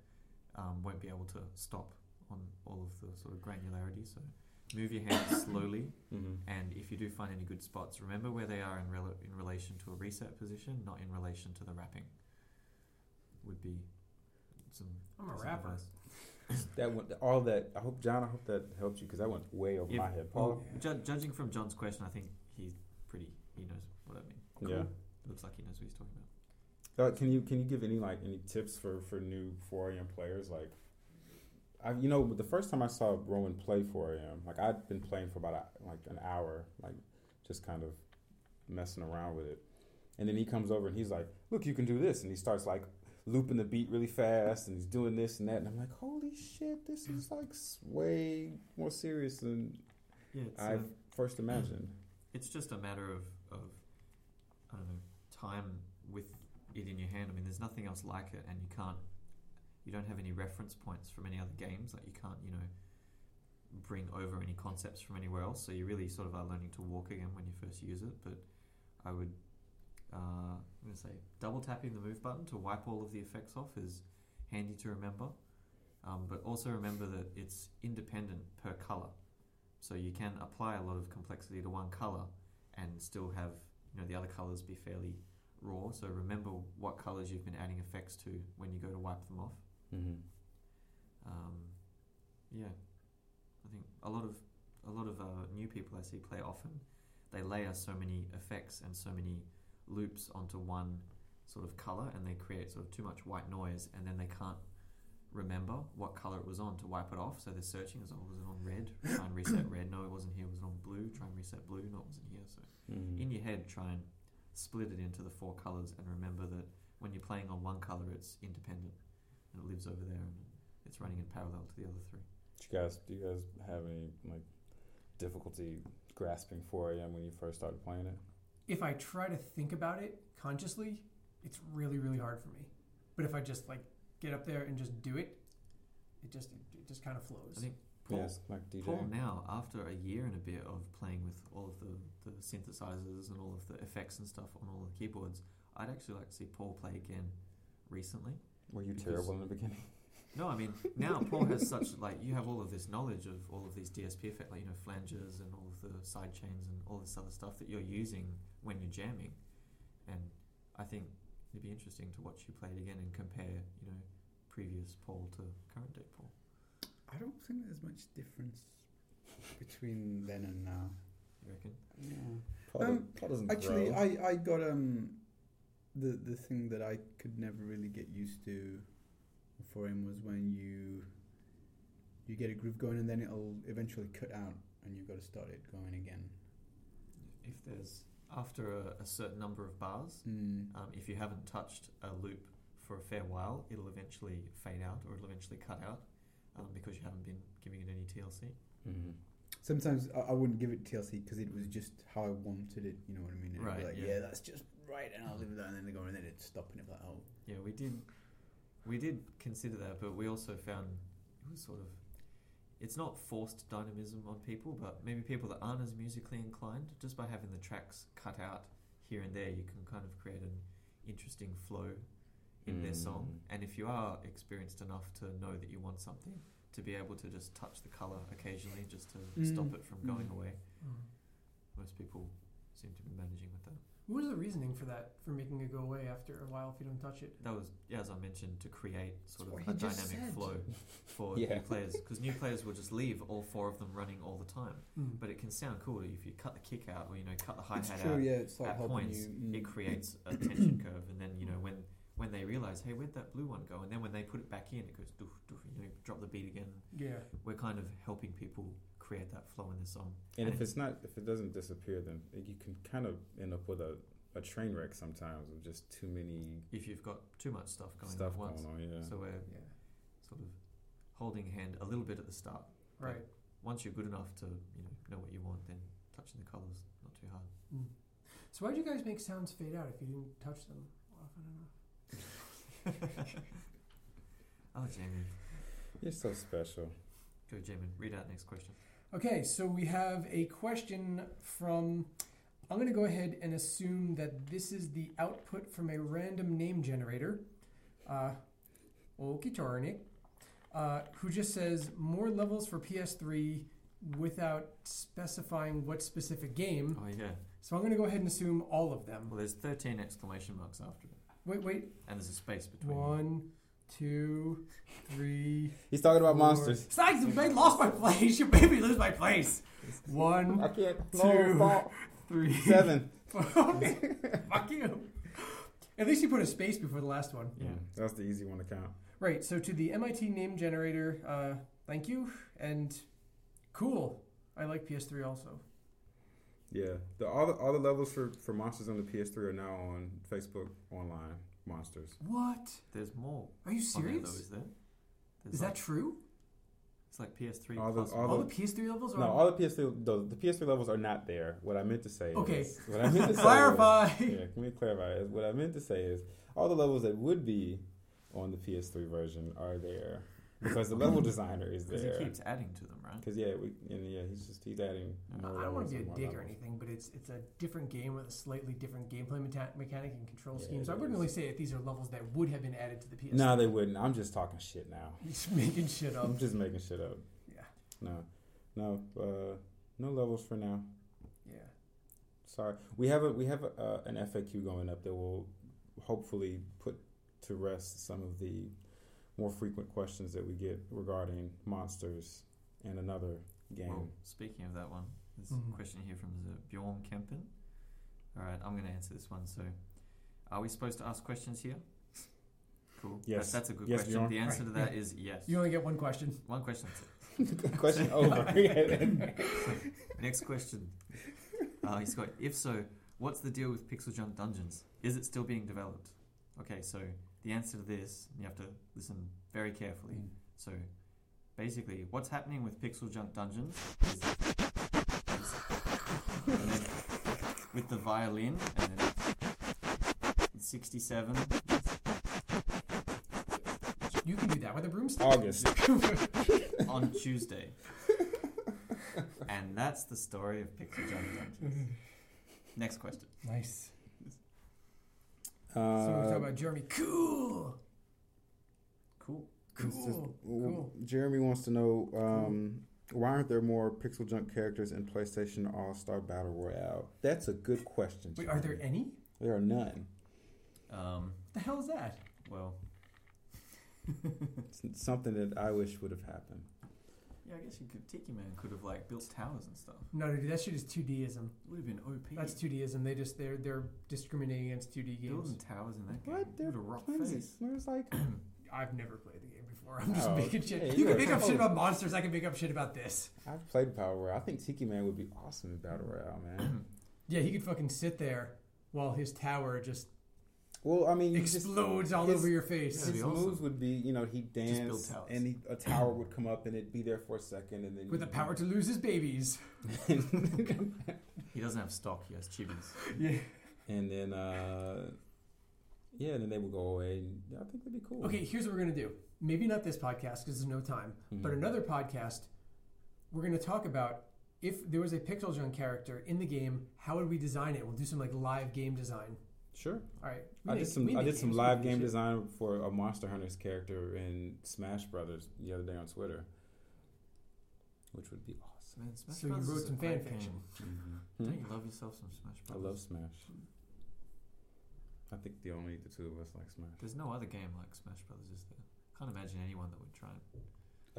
Speaker 3: um, won't be able to stop on all of the sort of granularity. So move your hand slowly
Speaker 1: mm-hmm.
Speaker 3: and if you do find any good spots, remember where they are in, rel- in relation to a reset position, not in relation to the wrapping. Would be some.
Speaker 2: I'm a
Speaker 3: some
Speaker 2: rapper.
Speaker 3: advice.
Speaker 1: That went, all that. I hope John. I hope that helped you because that went way over
Speaker 3: If-
Speaker 1: my head,
Speaker 3: well,
Speaker 1: Paul.
Speaker 3: ju- judging from John's question, I think he's pretty. He knows what I mean.
Speaker 1: Yeah.
Speaker 3: Looks like he knows what he's talking about.
Speaker 1: Uh, can you can you give any like any tips for for new 4am players like I you know the first time I saw Rowan play 4am like I'd been playing for about a, like an hour like just kind of messing around with it and then he comes over and he's like look you can do this and he starts like looping the beat really fast and he's doing this and that and I'm like holy shit this is like s- way more serious than
Speaker 3: Yeah, it's,
Speaker 1: I
Speaker 3: uh,
Speaker 1: first imagined
Speaker 3: it's just a matter of, of I don't know time with it in your hand. I mean, there's nothing else like it, and you can't you don't have any reference points from any other games. Like you can't, you know, bring over any concepts from anywhere else. So you really sort of are learning to walk again when you first use it. But I would, uh, I'm gonna say, double tapping the move button to wipe all of the effects off is handy to remember. Um, but also remember that it's independent per color. So you can apply a lot of complexity to one color and still have you know the other colors be fairly raw. So remember what colors you've been adding effects to when you go to wipe them off.
Speaker 1: Mm-hmm.
Speaker 3: Um, yeah, I think a lot of a lot of uh, new people I see play often. They layer so many effects and so many loops onto one sort of color, and they create sort of too much white noise, and then they can't remember what color it was on to wipe it off. So they're searching as oh, was it on red? Try and reset red. No, it wasn't here. Was it on blue? Try and reset blue. No, it wasn't here. So in your head, try and split it into the four colors, and remember that when you're playing on one color, it's independent and it lives over there, and it's running in parallel to the other three.
Speaker 1: Do you guys do you guys have any like difficulty grasping 4 a.m. when you first started playing it?
Speaker 2: If I try to think about it consciously, it's really really hard for me. But if I just like get up there and just do it, it just it just kind of flows.
Speaker 3: I think Paul,
Speaker 1: Yes, like DJ.
Speaker 3: Paul now, after a year and a bit of playing with all of the, the synthesizers and all of the effects and stuff on all the keyboards, I'd actually like to see Paul play again recently.
Speaker 1: Were you
Speaker 3: because-
Speaker 1: terrible in the beginning?
Speaker 3: No, I mean now Paul has such like you have all of this knowledge of all of these DSP effects, like you know flanges and all of the side chains and all this other stuff that you're using when you're jamming, and I think it'd be interesting to watch you play it again and compare you know previous Paul to current day Paul.
Speaker 4: I don't think there's much difference between then and now.
Speaker 3: You reckon?
Speaker 4: Yeah.
Speaker 1: Paul,
Speaker 4: Um,
Speaker 1: doesn't- Paul doesn't
Speaker 4: Actually,
Speaker 1: grow.
Speaker 4: I, I got um the the thing that I could never really get used to for him was when you you get a groove going and then it'll eventually cut out and you've got to start it going again.
Speaker 3: If there's after a, a certain number of bars,
Speaker 4: Mm.
Speaker 3: um, if you haven't touched a loop for a fair while, it'll eventually fade out or it'll eventually cut out um, because you haven't been giving it any TLC.
Speaker 1: Mhm.
Speaker 4: Sometimes I, I wouldn't give it TLC because it was just how I wanted it. You know what I mean? It'd be
Speaker 3: Right,
Speaker 4: like,
Speaker 3: yeah.
Speaker 4: that's just right, and I'll leave that, and then they go and then it'd stop, and it's like, oh,
Speaker 3: Yeah, we did. We did consider that, but we also found it was sort of. It's not forced dynamism on people, but maybe people that aren't as musically inclined, just by having the tracks cut out here and there, you can kind of create an interesting flow in their song.
Speaker 1: Mm.
Speaker 3: And if you are experienced enough to know that you want something, to be able to just touch the color occasionally, just to stop
Speaker 4: Mm,
Speaker 3: it from going
Speaker 4: mm.
Speaker 3: away.
Speaker 2: Mm.
Speaker 3: Most people seem to be managing with that.
Speaker 2: What was the reasoning for that? For making it go away after a while if you don't touch it?
Speaker 3: That was, yeah, as I mentioned, to create sort
Speaker 4: That's
Speaker 3: of a
Speaker 4: what he just
Speaker 3: dynamic
Speaker 4: said.
Speaker 3: flow for
Speaker 1: Yeah.
Speaker 3: new players. Because new players will just leave all four of them running all the time.
Speaker 2: Mm.
Speaker 3: But it can sound cool if you cut the kick out or, you know, cut the hi
Speaker 4: it's
Speaker 3: hat
Speaker 4: true,
Speaker 3: out.
Speaker 4: yeah, it's like
Speaker 3: at
Speaker 4: helping
Speaker 3: points,
Speaker 4: you. Mm.
Speaker 3: It creates a tension curve. And then, you know, when, when they realize, hey, where'd that blue one go? And then when they put it back in, it goes, doof, doof, you know, drop the beat again.
Speaker 2: Yeah.
Speaker 3: We're kind of helping people create that flow in the song.
Speaker 1: And if
Speaker 3: And-
Speaker 1: it's not, if it doesn't disappear, then you can kind of end up with a, a train wreck sometimes of just too many
Speaker 3: If you've got too much stuff going on
Speaker 1: stuff
Speaker 3: at once.
Speaker 1: going on. Yeah.
Speaker 3: So we're
Speaker 2: Yeah.
Speaker 3: sort of holding hand a little bit at the start.
Speaker 2: Right.
Speaker 3: Once you're good enough to you know know what you want, then touching the colors not too hard.
Speaker 2: Mm. So why'd you guys make sounds fade out if you didn't touch them often enough?
Speaker 3: Oh, Jamie,
Speaker 1: You're so special.
Speaker 3: go Jamie. Read out next question.
Speaker 2: Okay, so we have a question from. I'm going to go ahead and assume that this is the output from a random name generator. Uh, Okitornik. Uh, who just says more levels for PS3 without specifying what specific game.
Speaker 3: Oh yeah.
Speaker 2: So I'm going to go ahead and assume all of them.
Speaker 3: Well, there's 13 exclamation marks after it,
Speaker 2: Wait, wait.
Speaker 3: and there's a space between.
Speaker 2: One, two, three.
Speaker 1: He's talking about
Speaker 2: Four.
Speaker 1: monsters.
Speaker 2: Sags, they lost my place. You made me lose my place. One,
Speaker 1: I can't.
Speaker 2: Two.
Speaker 1: No, stop.
Speaker 2: three,
Speaker 1: Seven.
Speaker 2: four. Fuck you. At least you put a space before the last one.
Speaker 3: Yeah.
Speaker 1: Mm, That's the easy one to count.
Speaker 2: Right, so to the MIT name generator, uh, thank you, and cool. I like PS3 also.
Speaker 1: Yeah. The all the, all the levels for, for monsters on the PS3 are now on Facebook online monsters.
Speaker 2: What?
Speaker 3: There's more.
Speaker 2: Are you
Speaker 3: on there, though,
Speaker 2: serious?
Speaker 3: is there? There's
Speaker 2: Is
Speaker 3: like,
Speaker 2: that true?
Speaker 3: It's like PS3
Speaker 1: All the-
Speaker 3: plus.
Speaker 1: all
Speaker 2: All
Speaker 1: the-
Speaker 2: the PS3 levels are
Speaker 1: No,
Speaker 2: on-
Speaker 1: all the PS3 the, the PS3 levels are not there. What I meant to say.
Speaker 2: Okay.
Speaker 1: Is, what I meant to say.
Speaker 2: Clarify.
Speaker 1: Is, yeah. Can we clarify? Is, what I meant to say is all the levels that would be on the PS3 version are there because the level designer is
Speaker 3: Because he
Speaker 1: there.
Speaker 3: keeps adding to them, right?
Speaker 1: Because yeah, we and yeah, he's just he's adding.
Speaker 3: I-
Speaker 1: more
Speaker 2: I don't
Speaker 1: levels
Speaker 2: want to be a
Speaker 1: and more
Speaker 2: dick or
Speaker 1: levels.
Speaker 2: anything, but it's it's a different game with a slightly different gameplay meta- mechanic and control
Speaker 1: Yeah,
Speaker 2: scheme. So
Speaker 1: it
Speaker 2: I wouldn't
Speaker 1: is.
Speaker 2: really say that these are levels that would have been added to the PS.
Speaker 1: No, they wouldn't. I'm just talking shit now.
Speaker 2: just making shit up.
Speaker 1: I'm just making shit up.
Speaker 2: Yeah.
Speaker 1: No, no, uh, no levels for now.
Speaker 2: Yeah,
Speaker 1: Sorry, we have a we have a, uh, an FAQ going up that will hopefully put to rest some of the more frequent questions that we get regarding monsters and another game.
Speaker 3: Well, speaking of that one, there's
Speaker 2: Mhm.
Speaker 3: a question here from the Bjorn Kempen. All right, I'm going to answer this one. So, are we supposed to ask questions here? Cool. That-
Speaker 1: Yes.
Speaker 3: that's a good
Speaker 1: Yes,
Speaker 3: question.
Speaker 1: Bjorn.
Speaker 3: The answer to
Speaker 2: Right,
Speaker 3: that is yes.
Speaker 2: you only get one question.
Speaker 3: One question. that's it.
Speaker 1: Question over.
Speaker 3: Next question. Uh, he's got, if so, what's the deal with Pixel Junk Dungeons? Is it still being developed? Okay, so the answer to this, you have to listen very carefully.
Speaker 1: Mm.
Speaker 3: So basically, what's happening with Pixel Junk Dungeons is, is- and then with the violin and then 67.
Speaker 2: You can do that with a broomstick.
Speaker 1: August.
Speaker 3: on Tuesday. and that's the story of Pixel Junk Dungeons. Next question.
Speaker 2: Nice.
Speaker 1: Uh,
Speaker 2: so we talk about Jeremy. Cool.
Speaker 3: Cool.
Speaker 2: Cool.
Speaker 1: It's just- w-
Speaker 2: cool.
Speaker 1: Jeremy wants to know um, why aren't there more Pixel Junk characters in PlayStation All Star Battle Royale? That's a good question.
Speaker 2: Wait, are there
Speaker 1: Jeremy.
Speaker 2: any?
Speaker 1: There are none.
Speaker 3: Um,
Speaker 2: The hell is that?
Speaker 3: well,
Speaker 1: It's something that I wish would have happened.
Speaker 3: yeah, I guess you could, Tiki Man could have like built towers and stuff.
Speaker 2: No, no, dude, that shit is 2Dism.
Speaker 3: It would have been OP.
Speaker 2: That's 2Dism. They just they're they're discriminating against 2D games.
Speaker 3: Building towers in that game.
Speaker 1: What?
Speaker 3: What
Speaker 1: They're
Speaker 3: a rock
Speaker 1: Plenty.
Speaker 3: face.
Speaker 1: There's like
Speaker 2: I've never played the game before. I'm just
Speaker 1: Oh,
Speaker 2: making shit.
Speaker 1: yeah,
Speaker 2: you
Speaker 1: you
Speaker 2: can
Speaker 1: are
Speaker 2: make up shit
Speaker 1: totally-
Speaker 2: about monsters. I can make up shit about this.
Speaker 1: I've played Battle Royale. I think Tiki Man would be awesome in Battle Royale, man.
Speaker 2: Yeah, he could fucking sit there while his tower just
Speaker 1: Well, I mean, you just-
Speaker 2: explodes all
Speaker 1: his-
Speaker 2: over your face.
Speaker 3: That'd
Speaker 1: His
Speaker 3: be awesome.
Speaker 1: moves would be, you know, he'd
Speaker 3: build
Speaker 1: dance
Speaker 3: towers.
Speaker 1: and he, a tower would come up and it'd be there for a second, and then
Speaker 2: With the power to lose his babies.
Speaker 3: He doesn't have stock, he has chibis.
Speaker 2: Yeah.
Speaker 1: And then, uh, yeah, then they would go away. And I think that'd be cool.
Speaker 2: Okay, here's what we're gonna do. Maybe not this podcast because there's no time, but
Speaker 1: Mhm.
Speaker 2: another podcast. We're gonna talk about if there was a Pixel Junk character in the game, how would we design it? We'll do some like live game design.
Speaker 1: Sure.
Speaker 2: All right. we
Speaker 1: I
Speaker 2: make-
Speaker 1: did some.
Speaker 2: we
Speaker 1: I
Speaker 2: make
Speaker 1: did some
Speaker 2: games, we
Speaker 1: live
Speaker 2: do
Speaker 1: game
Speaker 2: shit.
Speaker 1: design for a Monster Hunter's character in Smash Brothers the other day on Twitter, which would be awesome.
Speaker 3: Man, Smash
Speaker 2: So you
Speaker 3: Brothers
Speaker 2: wrote
Speaker 3: is a
Speaker 2: some
Speaker 3: great
Speaker 2: fan
Speaker 3: game.
Speaker 2: fiction.
Speaker 3: Don't you love yourself some Smash
Speaker 1: I
Speaker 3: Brothers?
Speaker 1: love Smash. I think the only the two of us like Smash.
Speaker 3: There's no other game like Smash Brothers, is there? Can't imagine anyone that would try it.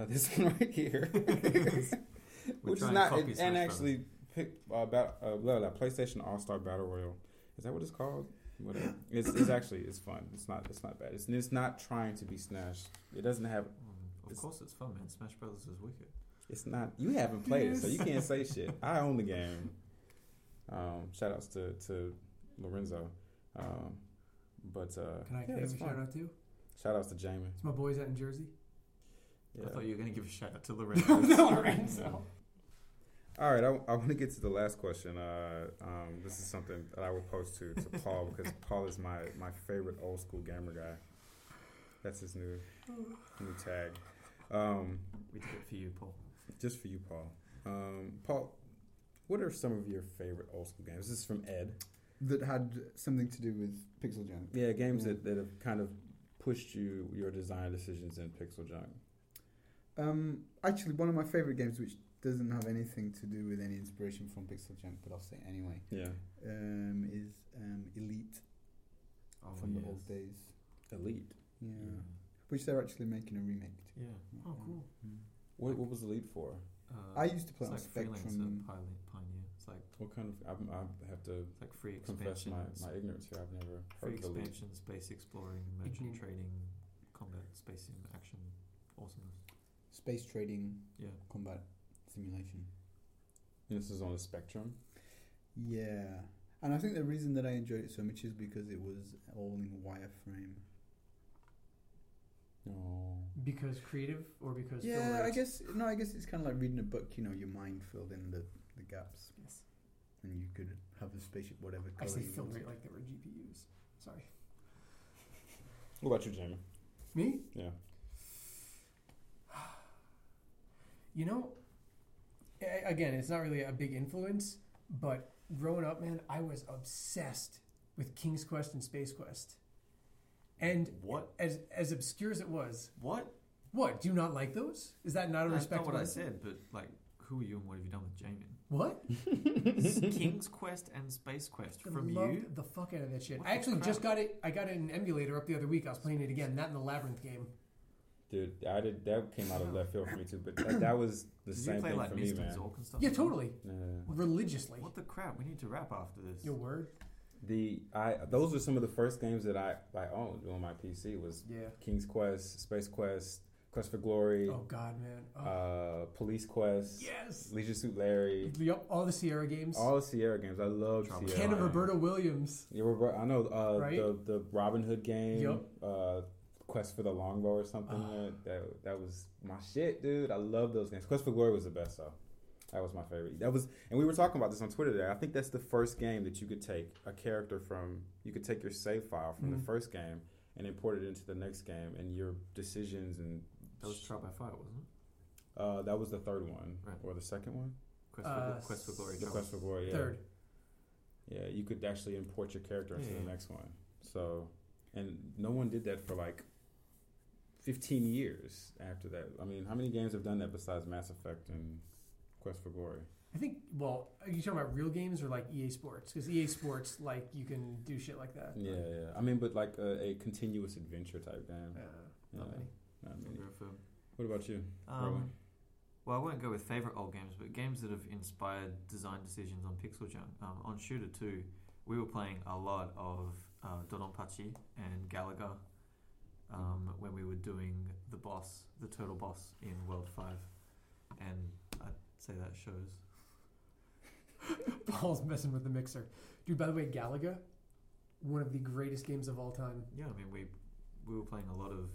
Speaker 1: Uh, this one right here,
Speaker 3: Would
Speaker 1: which
Speaker 3: try
Speaker 1: is
Speaker 3: and
Speaker 1: not
Speaker 3: copy
Speaker 1: and, and
Speaker 3: Smash Brothers.
Speaker 1: actually pick uh, bat, uh, blah, blah, PlayStation All Star Battle Royale. Is that what it's called? Whatever. It's, it's actually it's fun. It's not it's not bad. It's it's not trying to be Smash. It doesn't have.
Speaker 3: Mm, of
Speaker 1: It's-
Speaker 3: course, it's fun, man. Smash Brothers is wicked.
Speaker 1: It's not. You haven't played it, so you can't say shit. I own the game. Um, shout outs to to Lorenzo, um, but uh,
Speaker 2: Can I
Speaker 1: yeah,
Speaker 2: give
Speaker 1: it's
Speaker 2: a shout
Speaker 1: fun.
Speaker 2: out too?
Speaker 1: Shout outs to Jamie.
Speaker 2: It's my boys out in Jersey.
Speaker 1: Yeah.
Speaker 3: I thought you were going to give a shout out to Lorenzo.
Speaker 2: Lorenzo.
Speaker 1: All right, I, want to get to the last question. Uh, um, this is something that I will post to, to Paul because Paul is my, my favorite old school gamer guy. That's his new new tag. Um,
Speaker 3: We did it for you, Paul.
Speaker 1: just for you, Paul. Um, Paul, what are some of your favorite old school games? This is from Ed.
Speaker 4: That had something to do with Pixel Junk.
Speaker 1: Yeah, games that, that have kind of pushed you your design decisions in Pixel Junk.
Speaker 4: Um, actually, one of my favorite games, which doesn't have anything to do with any inspiration from Pixel Junk, but I'll say it anyway,
Speaker 1: Yeah,
Speaker 4: um, is um, Elite
Speaker 3: Oh,
Speaker 4: from
Speaker 3: yes.
Speaker 4: the old days.
Speaker 1: Elite.
Speaker 4: Yeah.
Speaker 3: Yeah.
Speaker 4: which they're actually making a remake. To.
Speaker 3: Yeah.
Speaker 2: Oh, cool.
Speaker 4: Mm.
Speaker 1: What, what was Elite for?
Speaker 3: Uh,
Speaker 4: I used to play
Speaker 3: it's
Speaker 4: on
Speaker 3: like
Speaker 4: Spectrum.
Speaker 3: Freelancer Pioneer. Pioneer. It's like
Speaker 1: What kind of? I, I have to
Speaker 3: it's like free
Speaker 1: confess
Speaker 3: expansion.
Speaker 1: my, my ignorance here. I've never
Speaker 3: free
Speaker 1: heard of Elite.
Speaker 3: expansion, space exploring, merchant
Speaker 1: Mm-hmm.
Speaker 2: Ignorant.
Speaker 3: trading, combat, space sim, action, awesomeness.
Speaker 4: Space trading
Speaker 3: Yeah.
Speaker 4: combat simulation.
Speaker 1: And this is on the Spectrum.
Speaker 4: Yeah, and I think the reason that I enjoyed it so much is because it was all in wireframe.
Speaker 1: Oh.
Speaker 2: Because creative or because film
Speaker 4: Yeah, I
Speaker 2: rights?
Speaker 4: guess no, I guess it's kind of like reading a book. You know, your mind filled in the, the gaps,
Speaker 2: Yes.
Speaker 4: and you could have a spaceship, whatever
Speaker 2: I
Speaker 4: color
Speaker 2: say
Speaker 4: you
Speaker 2: film
Speaker 4: wanted.
Speaker 2: rate like they were GPUs. Sorry.
Speaker 1: What about you, Jamie?
Speaker 2: Me?
Speaker 1: Yeah.
Speaker 2: You know, a- again, it's not really a big influence, but growing up, man, I was obsessed with King's Quest and Space Quest. And
Speaker 3: What?
Speaker 2: as as obscure as it was,
Speaker 3: What?
Speaker 2: what? Do you not like those? Is that not a
Speaker 3: That's not
Speaker 2: respectable?
Speaker 3: what I said, but like, who are you and what have you done with Jamin?
Speaker 2: What?
Speaker 3: King's Quest and Space Quest
Speaker 2: I
Speaker 3: from
Speaker 2: loved
Speaker 3: you?
Speaker 2: the fuck out of that shit.
Speaker 3: What
Speaker 2: I
Speaker 3: the
Speaker 2: actually just
Speaker 3: crap?
Speaker 2: got it. I got it in an emulator up the other week. I was playing it again. That in the labyrinth game.
Speaker 1: Dude, I did that came out of left field for me too, but that, that was the
Speaker 3: Did
Speaker 1: same
Speaker 3: you play
Speaker 1: thing
Speaker 3: like
Speaker 1: for
Speaker 3: Mist
Speaker 1: me,
Speaker 3: and
Speaker 1: man.
Speaker 3: Zork and stuff?
Speaker 2: Yeah,
Speaker 3: like that?
Speaker 2: totally,
Speaker 1: Yeah.
Speaker 2: religiously.
Speaker 3: What the crap? We need to wrap after this.
Speaker 2: Your word.
Speaker 1: The I those were some of the first games that I I owned on my PC was
Speaker 2: Yeah.
Speaker 1: King's Quest, Space Quest, Quest for Glory,
Speaker 2: Oh God, man. Oh.
Speaker 1: uh, Police Quest,
Speaker 2: yes.
Speaker 1: Leisure Suit Larry,
Speaker 2: Yup. All the Sierra games.
Speaker 1: all the Sierra games. I love
Speaker 3: Trouble.
Speaker 1: Sierra.
Speaker 2: Ken
Speaker 3: Yeah.
Speaker 2: of Roberta Williams.
Speaker 1: Yeah, Robert, I know uh,
Speaker 2: Right?
Speaker 1: the the Robin Hood game,
Speaker 2: Yup.
Speaker 1: uh, Quest for the Longbow or something.
Speaker 2: Ah.
Speaker 1: that, that that was my shit, dude. I love those games. Quest for Glory was the best though. That was my favorite. That was, and we were talking about this on Twitter today. I think that's the first game that you could take a character from. You could take your save file from
Speaker 2: Mhm.
Speaker 1: the first game and import it into the next game, and your decisions and
Speaker 3: That was Trial by Fire, wasn't it?
Speaker 1: uh, that was the third one
Speaker 3: Right.
Speaker 1: or the second one.
Speaker 3: Quest,
Speaker 2: Uh,
Speaker 3: for, Quest for Glory.
Speaker 1: The
Speaker 3: Trial
Speaker 1: Quest for Glory, yeah.
Speaker 2: Third.
Speaker 1: Yeah, you could actually import your character into
Speaker 3: Yeah,
Speaker 1: the
Speaker 3: yeah.
Speaker 1: next one. So, and no one did that for like 15 years after that. I mean, how many games have done that besides Mass Effect and Quest for Glory?
Speaker 2: I think. Well, are you talking about real games or like EA Sports? Because EA Sports, like, you can do shit like that.
Speaker 1: Yeah, yeah. I mean, but like a, a continuous adventure type game.
Speaker 2: Uh,
Speaker 1: Yeah,
Speaker 2: not many.
Speaker 1: not
Speaker 3: Fire.
Speaker 1: many.
Speaker 3: Go for-
Speaker 1: What about you?
Speaker 3: Um, well, I won't go with favorite old games, but games that have inspired design decisions on Pixel Junk. Um, on Shooter 2, we were playing a lot of uh, Dononpachi and Galaga um, when we were doing the boss, the turtle boss in World 5. And I'd say that shows.
Speaker 2: Paul's messing with the mixer, dude. By the way, Galaga, one of the greatest games of all time.
Speaker 3: Yeah, I mean, we we were playing a lot of.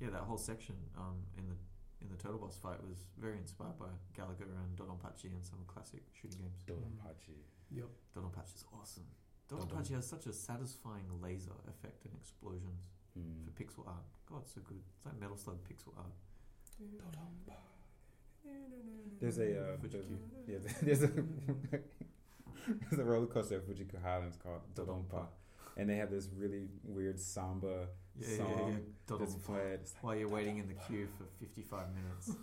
Speaker 3: Yeah, that whole section um, in the in the turtle boss fight was very inspired by Galaga and Dononpachi and some classic shooting games.
Speaker 1: Dolapachi.
Speaker 2: Yep.
Speaker 3: Donald Patch is awesome.
Speaker 1: Donald
Speaker 3: Donald Patch has such a satisfying laser effect and explosions
Speaker 1: Hmm.
Speaker 3: for pixel art. God, it's so good. It's like Metal Slug pixel art.
Speaker 1: There's a uh, there's,
Speaker 3: Fujiki.
Speaker 1: yeah, there's a there's a roller coaster at Fujiko Highlands called Dodonpa,
Speaker 3: Dodonpa.
Speaker 1: and they have this really weird samba
Speaker 3: Yeah, yeah, yeah,
Speaker 1: song
Speaker 3: yeah.
Speaker 1: that's
Speaker 3: Donald
Speaker 1: played. It's
Speaker 3: While you're waiting in the queue for 55 minutes,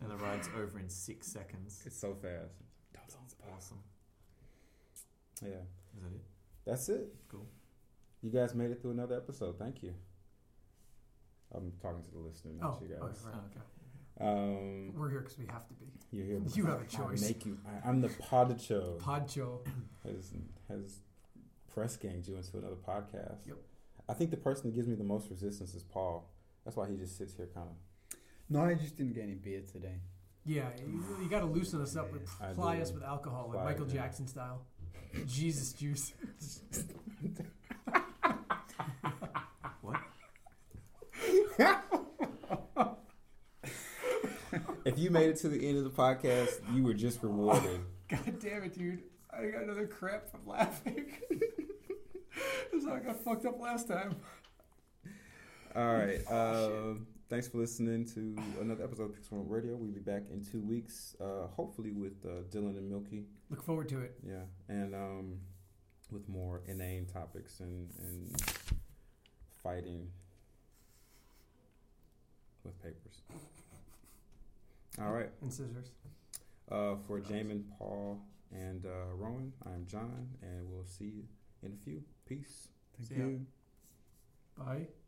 Speaker 3: and the ride's over in six seconds.
Speaker 1: It's so fast.
Speaker 3: It's awesome.
Speaker 1: Yeah.
Speaker 3: Is that it?
Speaker 1: That's it.
Speaker 3: Cool.
Speaker 1: You guys made it through another episode. Thank you. I'm talking to the listener, not
Speaker 2: Oh,
Speaker 1: you
Speaker 2: okay,
Speaker 1: guys.
Speaker 2: right,
Speaker 3: Oh,
Speaker 2: okay.
Speaker 1: Um,
Speaker 2: We're here because we have to be.
Speaker 1: you're here.
Speaker 2: You have a
Speaker 1: I
Speaker 2: choice.
Speaker 1: make you. I, I'm the podicho.
Speaker 2: Podcho.
Speaker 1: has has press ganged you into another podcast.
Speaker 2: Yep.
Speaker 1: I think the person that gives me the most resistance is Paul. That's why he just sits here, kind of.
Speaker 4: No, I just didn't get any beer today.
Speaker 2: Yeah, you, you got to loosen us up. with-
Speaker 1: I
Speaker 2: Ply
Speaker 1: do.
Speaker 2: us with alcohol, like
Speaker 1: Ply,
Speaker 2: Michael
Speaker 1: yeah.
Speaker 2: Jackson style. Jesus juice.
Speaker 1: If you made it to the end of the podcast, you were just rewarded.
Speaker 2: God damn it, dude. I got another crap from laughing. That's how I got fucked up last time.
Speaker 1: All right. Um, thanks for listening to another episode of Pixel World Radio. We'll be back in two weeks, uh, hopefully with uh, Dylan and Milky.
Speaker 2: Look forward to it.
Speaker 1: Yeah, and um, with more inane topics and and fighting with papers. All right.
Speaker 2: And scissors.
Speaker 1: Uh, for Jamin, Paul, and uh, Rowan, I'm John, and we'll see you in a few. Peace.
Speaker 4: Thank
Speaker 3: See ya.
Speaker 4: you.
Speaker 2: Bye.